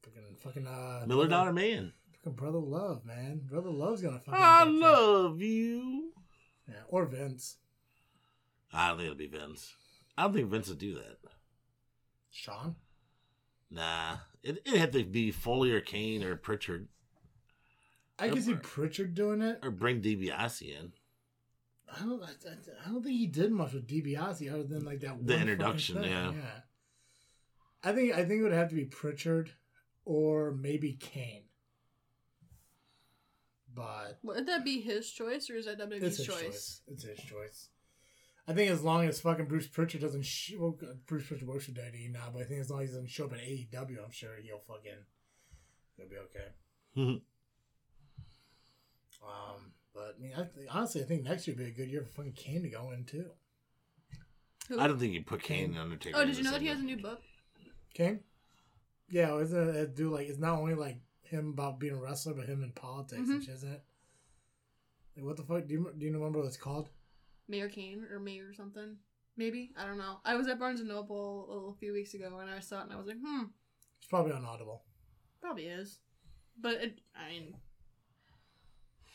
B: Fucking, fucking, uh,
A: Miller Dollar Man.
B: Fucking brother Love, man. Brother Love's gonna fucking.
A: I
B: get you.
A: Ah, love you.
B: Yeah, or Vince.
A: I don't think it'll be Vince. I don't think Vince would do that.
B: Sean.
A: Nah, it it had to be Foley or Kane or Pritchard
B: I can see
A: Or-
B: Pritchard doing it.
A: or bring DiBiase in.
B: I don't. I, I- I don't think he did much with DiBiase other than like that. one
A: The
B: fucking
A: introduction,
B: thing,
A: yeah.
B: I think. I think it would have to be Pritchard, or maybe Kane. But
C: Would that be his choice or is that WWE's
B: it's
C: choice?
B: his choice. It's his choice. I think as long as fucking Bruce Pritchard doesn't sh- well, Bruce Pritchard works for WWE now, but I think as long as he doesn't show up at AEW, I'm sure he'll fucking he'll be okay. Um, but I mean, I th- honestly, I think next year would be a good year for fucking Kane to go in too.
C: Who-
A: I don't think you put Kane and Undertaker.
C: oh,
A: in
C: did
A: the
C: you know that
A: same
C: he has a
A: room.
C: new book?
B: Kane, yeah, well, isn't it, it do like it's not only like him about being a wrestler, but him in politics and
C: Mhm.
B: shit, isn't it? Like, what the fuck? Do you do you remember what it's called?
C: Mayor Kane or Mayor something. Maybe. I don't know. I was at Barnes & Noble a little- few weeks ago and I saw it and I was like, hmm,
B: It's probably on Audible.
C: probably is. But, it, I mean,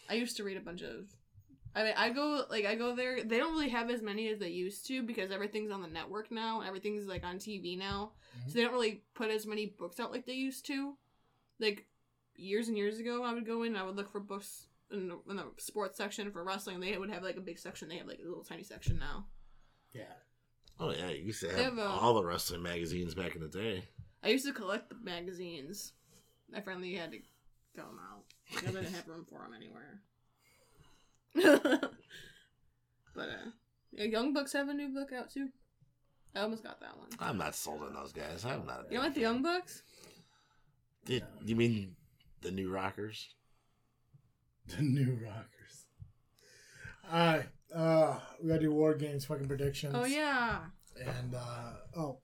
C: I used to read a bunch of... I mean, I go, like, I go there. They don't really have as many as they used to because everything's on the network now. and Everything's, like, on TV now. So they don't really put as many books out like they used to. Like, years and years ago, I would go in and I would look for books in the, in the sports section for wrestling. They would have, like, a big section. They have, like, a little tiny section now.
B: Yeah,
A: Oh yeah, you used to have,
C: They have a-
A: all the wrestling magazines back in the day.
C: I used to collect the magazines. I finally had to throw them out because I didn't have room for them anywhere. but uh, yeah, Young Bucks have a new book out too. I almost got that one.
A: I'm not sold on those guys. I'm not. a
C: You
A: big
C: don't like the
A: fan.
C: um Young Bucks?
A: Did, you mean the new rockers?
B: the new rockers. All right, uh, we gotta do war games, fucking predictions.
C: Oh yeah.
B: and uh, oh,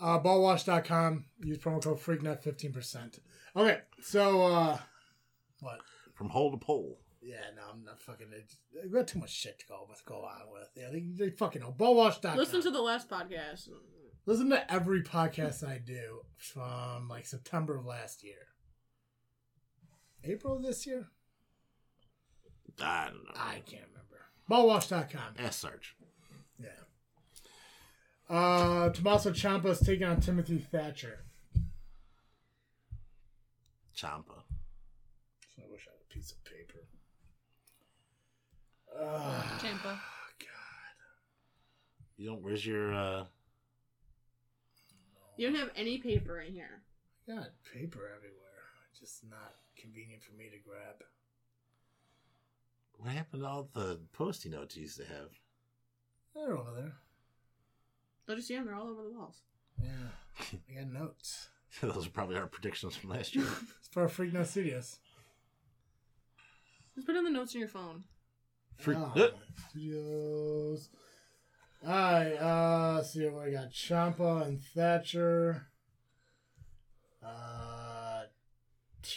B: uh, ballwash.com. Use promo code Freaknet fifteen percent. Okay, so uh, what?
A: From hole to pole.
B: Yeah, no, I'm not fucking. I got too much shit to go with. Go on with. Yeah, they, they fucking know. Ballwash.com.
C: Listen to the last podcast.
B: listen to every podcast I do from like September of last year, April of this year.
A: I don't know.
B: I can't remember. Ballwash.com.
A: Ask Sarge.
B: Yeah. Uh, Tommaso Ciampa's taking on Timothy Thatcher.
A: Champa.
B: I wish I had a piece of paper. Ah,
C: Champa.
B: God.
A: You don't. Where's your? uh
C: You don't have any paper in here.
B: Got paper everywhere. Just not convenient for me to grab.
A: What happened to all the post-it notes you used to have?
B: They're over there.
C: Don't you see them? They're all over the walls.
B: Yeah. I got notes.
A: Those are probably our predictions from last year.
B: It's for Freak Nut Studios.
C: Just put in the notes in your phone.
A: Freak.
B: Ah,
A: Uh,
B: studios. Alright, uh, let's see what I got. Champa and Thatcher. Uh, T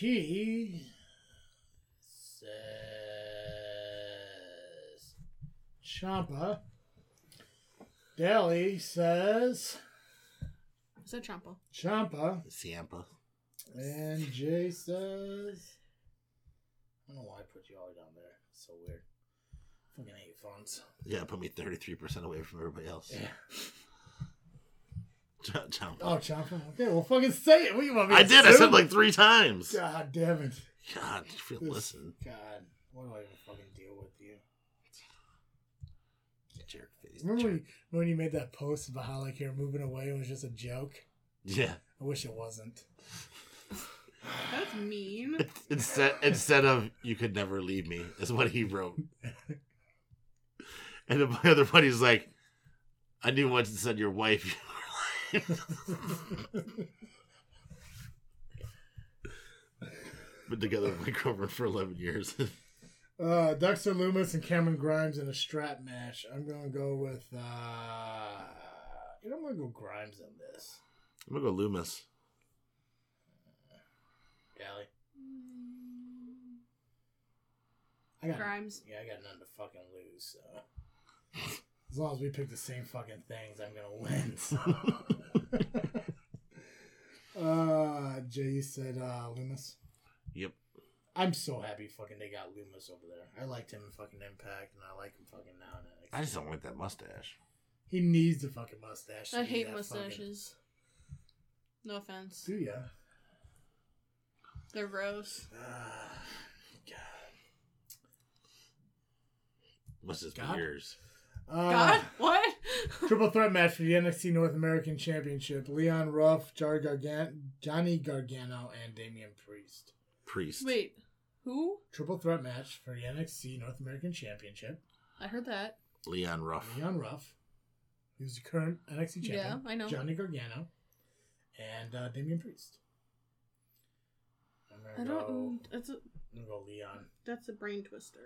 B: says Champa. Daly says
C: I said Champa.
B: Champa.
A: Ciampa.
B: And Jay says, I don't know why I put you all the way down there. It's so weird. Fucking hate phones.
A: Yeah, put me thirty-three percent away from everybody else. Ch- Ciampa.
B: Oh, Champa. Okay, well, fucking say it. What do you want me to
A: I did. I said
B: assume?
A: like three times.
B: God damn it.
A: God, you feel-
B: This-
A: listen,
B: God, what do I even fucking deal with you?
A: jerk face.
B: Remember when,
A: Jerk.
B: you, when you made that post about how like you're moving away? It was just a joke.
A: Yeah.
B: I wish it wasn't.
C: That's mean.
A: Instead, instead of "You could never leave me," is what he wrote. And then my other buddy's like, "I knew once it said your wife." you were lying." Been together with my girlfriend for eleven years.
B: Uh, Dexter Loomis and Cameron Grimes in a strap match. I'm gonna go with. uh You know, I'm gonna go Grimes on this.
A: I'm gonna go Loomis.
B: Gally. I got
C: Grimes.
B: Yeah, I got nothing to fucking lose. So as long as we pick the same fucking things, I'm gonna win. So. Uh, Jay said uh, Loomis.
A: Yep.
B: I'm so happy fucking they got Loomis over there. I liked him in fucking Impact, and I like him fucking now. And
A: I just don't like that mustache.
B: He needs the fucking mustache. to
C: I
B: be
C: hate
B: that
C: mustaches. No offense.
B: Fucking... Do ya?
C: They're gross.
B: Ah,
A: Must just be
B: God.
A: yours.
B: God. Uh,
C: God, what?
B: Triple threat match for the NXT North American Championship. Leon Ruff, Jar Gargan- Johnny Gargano, and Damian Priest.
A: Priest.
C: Wait, who?
B: Triple threat match for the NXT North American Championship.
C: I heard that.
A: Leon Ruff.
B: Leon Ruff, who's the current NXT champion.
C: Yeah, I know.
B: Johnny Gargano, and uh, Damian Priest. I'm
C: I
B: gonna go.
C: don't. That's a
B: I'm gonna go Leon.
C: that's a brain twister.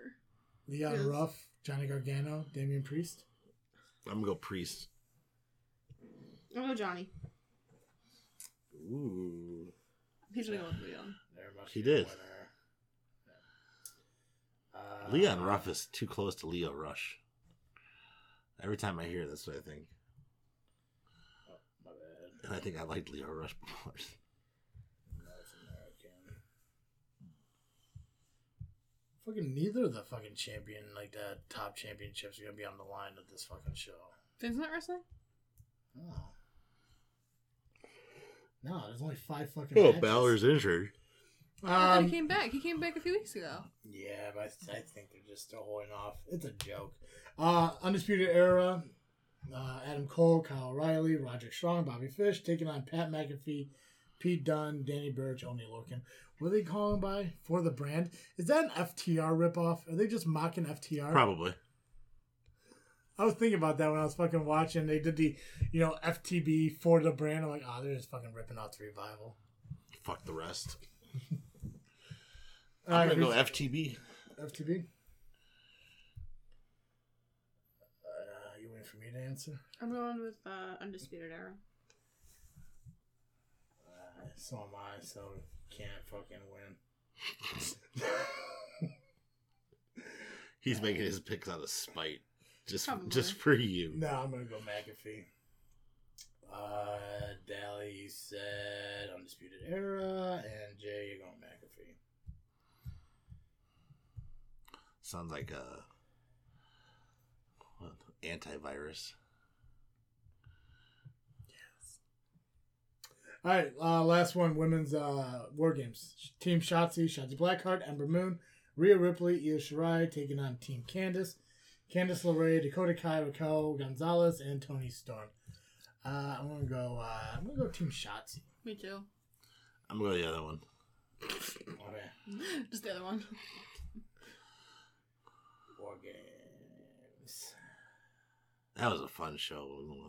B: Leon
C: Yes.
B: Ruff, Johnny Gargano, Damian Priest.
A: I'm gonna go priest.
C: I'll go Oh, Johnny.
A: Ooh.
C: He's gonna go with Leon.
B: There must
A: He
B: be a
A: did.
B: winner. Uh,
A: Leon Ruff is too close to Leo Rush. Every time I hear it, that's what I think.
B: Oh, my bad.
A: And I think I liked Leo Rush more.
B: North American. Fucking neither of the fucking champion, like the top championships, are gonna be on the line of this fucking show.
C: Finn's not wrestling.
B: Oh. No, there's only five fucking.
A: Oh,
B: matches.
A: Balor's injured.
C: I thought
B: Um,
C: he came back. He came back a few weeks ago.
B: Yeah, but I, I think they're just still holding off. It's a joke. Uh, Undisputed Era, uh, Adam Cole, Kyle O'Reilly, Roger Strong, Bobby Fish, taking on Pat McAfee, Pete Dunne, Danny Burch, Only Lorcan. What are they calling by? For the brand? Is that an FTR ripoff? Are they just mocking FTR?
A: Probably.
B: I was thinking about that when I was fucking watching. They did the, you know, FTB for the brand. I'm like, oh, they're just fucking ripping off the revival.
A: Fuck the rest.
B: All
A: I'm
B: right,
A: gonna go
B: who's-
A: FTB.
B: FTB. Uh, you waiting for me to answer?
C: I'm going with uh, Undisputed Era.
B: Uh, so am I, so can't fucking win.
A: He's making his picks out of spite. Just
C: Probably.
A: just for you.
B: no, I'm gonna go McAfee. Uh, Dally you said Undisputed Era, and Jay, you're going McAfee.
A: Sounds like a what, antivirus.
B: All right, uh, last one women's uh, War Games. Team Shotzi, Shotzi Blackheart, Ember Moon, Rhea Ripley, Io Shirai taking on Team Candice, Candice LeRae, Dakota Kai, Raquel Gonzalez, and Tony Storm. Uh, I'm gonna go. Uh, I'm gonna go Team Shotzi.
C: Me too.
A: I'm gonna go the other one.
B: Okay.
C: Just the other one.
B: War Games.
A: That was a fun show.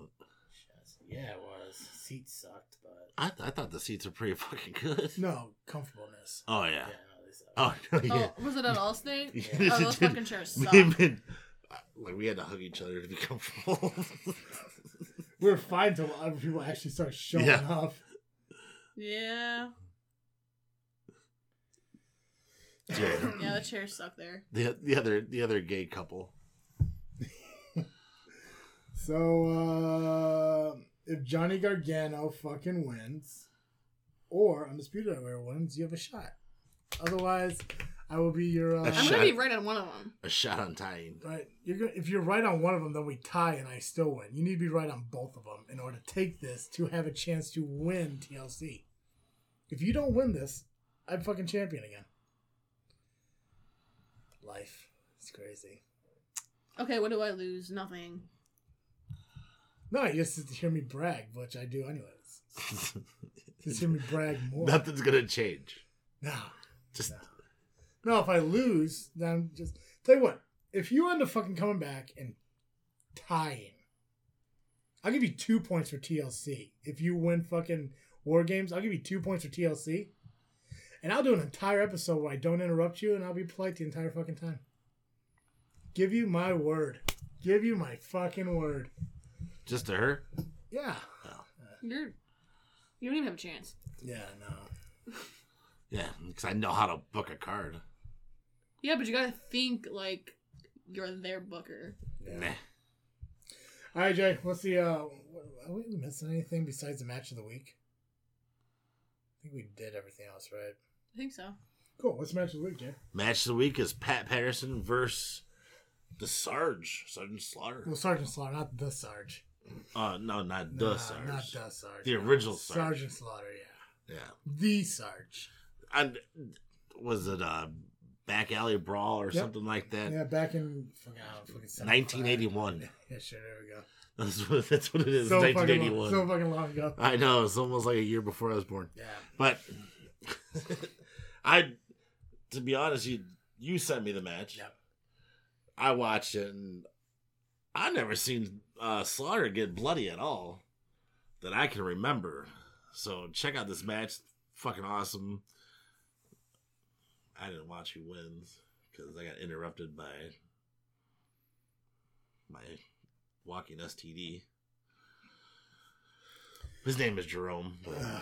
B: Shotzi. Yeah, it was. Seat sucked, but
A: I, I thought the seats were pretty fucking good.
B: no comfortableness.
A: Oh yeah.
B: no, they sucked.
A: Oh no, yeah.
C: Oh, was it at Allstate?
A: Yeah,
C: Oh,
A: it
C: those
A: did.
C: fucking chairs
A: We
C: suck.
A: had been- like we had to hug each other to be comfortable.
B: We were fine till other people actually start showing
A: Yeah.
B: up.
C: Yeah.
A: yeah.
C: Yeah, the chairs suck there.
A: The the other the other gay couple.
B: So uh, if Johnny Gargano fucking wins, or Undisputed Era wins, you have a shot. Otherwise, I will be your. Uh,
A: A
C: I'm
A: shot.
C: gonna be right on one of them.
A: A shot on tying.
B: Right, you're go- if you're right on one of them, then we tie, and I still win. You need to be right on both of them in order to take this to have a chance to win TLC. If you don't win this, I'm fucking champion again. Life, it's crazy.
C: Okay, what do I lose? Nothing.
B: No, you just hear me brag, which I do anyways. Just hear me brag more.
A: Nothing's gonna change.
B: No.
A: Just
B: No, if I lose, then I'm just tell you what. If you end up fucking coming back and tying, I'll give you two points for TLC. If you win fucking war games, I'll give you two points for TLC, and I'll do an entire episode where I don't interrupt you and I'll be polite the entire fucking time. Give you my word. Give you my fucking word.
A: just to her.
B: Yeah.
C: You're. You don't even have a chance.
B: Yeah. No.
A: Yeah, because I know how to book a card.
C: Yeah, but you gotta think like you're their booker.
A: Nah.
B: All right, Jay. What's the? Uh, wh- are we missing anything besides the match of the week?
D: think we did everything else right.
C: I think so.
B: Cool. Let's match the week, Jay.
A: Match of the week is Pat Patterson versus the Sarge, Sergeant Slaughter.
B: Well, Sergeant Slaughter, not the Sarge.
A: Uh, no, not
B: Nah,
A: the Sarge.
B: Not the Sarge.
A: The original Sarge.
B: Sergeant Slaughter, yeah.
A: Yeah,
B: The Sarge.
A: and was it a back alley brawl or
B: Yep.
A: something like that?
B: Yeah, back in fucking, I don't know, fucking 75.
A: 1981.
B: Yeah, sure, there we go.
A: That's what, that's what it is.
B: so, fucking
A: 1981.
B: long, so fucking long ago.
A: I know it's almost like a year before I was born.
B: Yeah.
A: But I, to be honest, you you sent me the match.
B: Yep.
A: I watched it, and I never seen uh, Slaughter get bloody at all that I can remember. So check out this match, fucking awesome. I didn't watch who wins because I got interrupted by my walking STD. His name is Jerome. but-
B: Uh,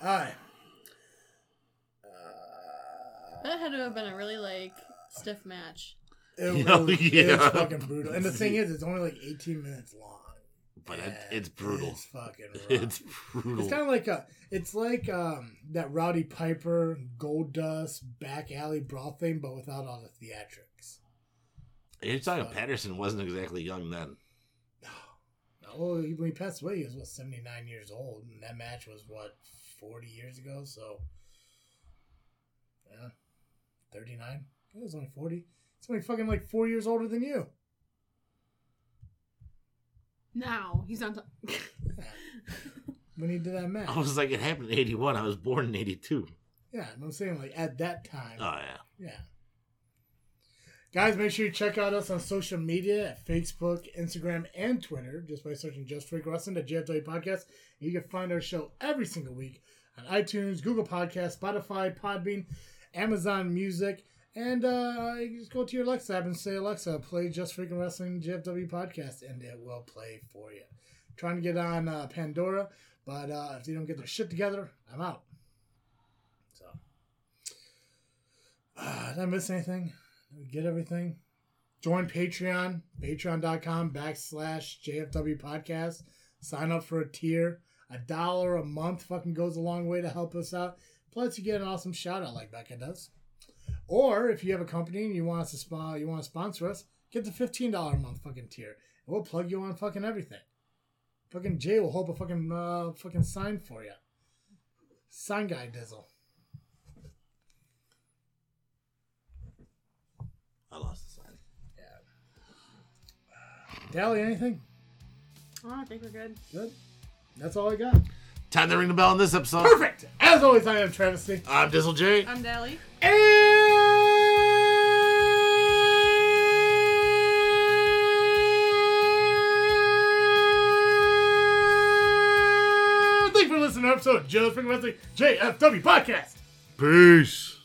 B: All right.
C: That had to have been a really like stiff match.
B: It,
A: Yeah,
B: was, it was
A: yeah.
B: fucking brutal. And the thing is, it's only like 18 minutes long.
A: but it,
B: Yeah,
A: it's brutal.
B: It's fucking rough.
A: It's
B: It's,
A: brutal.
B: kind of like a, it's like um that Rowdy Piper, Gold Dust, Back Alley brawl thing, but without all the theatrics.
A: You're talking Patterson wasn't exactly young then.
B: Oh, he- when he passed away, he was what seventy nine years old, and that match was what forty years ago. So, yeah, thirty nine. He was only forty. He's only fucking like four years older than you.
C: Now he's not. T-
B: When he did that match,
A: I was like, it happened in '81. I was born in '82.
B: yeah, and I'm saying like at that time,
A: Oh yeah,
B: yeah. Guys, make sure you check out us on social media at Facebook, Instagram, and Twitter just by searching Just Freak Wrestling, the JFW Podcast. You can find our show every single week on iTunes, Google Podcasts, Spotify, Podbean, Amazon Music, and uh, you can just go to your Alexa app and say, Alexa, play Just Freaking Wrestling JFW podcast, and it will play for you. trying to get on uh, Pandora, but uh, if they don't get their shit together, I'm out. So, uh, did I miss anything? Did we get everything? Join Patreon, patreon.com backslash JFW podcast. Sign up for a tier. A dollar a month fucking goes a long way to help us out. Plus, you get an awesome shout out like Becca does. Or if you have a company and you want us to spon- you want to sponsor us, get the fifteen dollar a month fucking tier. And we'll plug you on fucking everything. Fucking Jay will hold a fucking uh, fucking sign for you. Sign guy Dizzle.
A: I lost the sign.
B: Dally, anything?
C: oh, I think we're good.
B: Good. That's all I got.
A: Time to ring the bell on this episode.
B: Perfect. As always, I am Travesty.
A: I'm Dizzle J.
C: I'm Dally.
B: Thank you for listening to episode of Joe's Freaking Wrestling JFW Podcast.
A: Peace.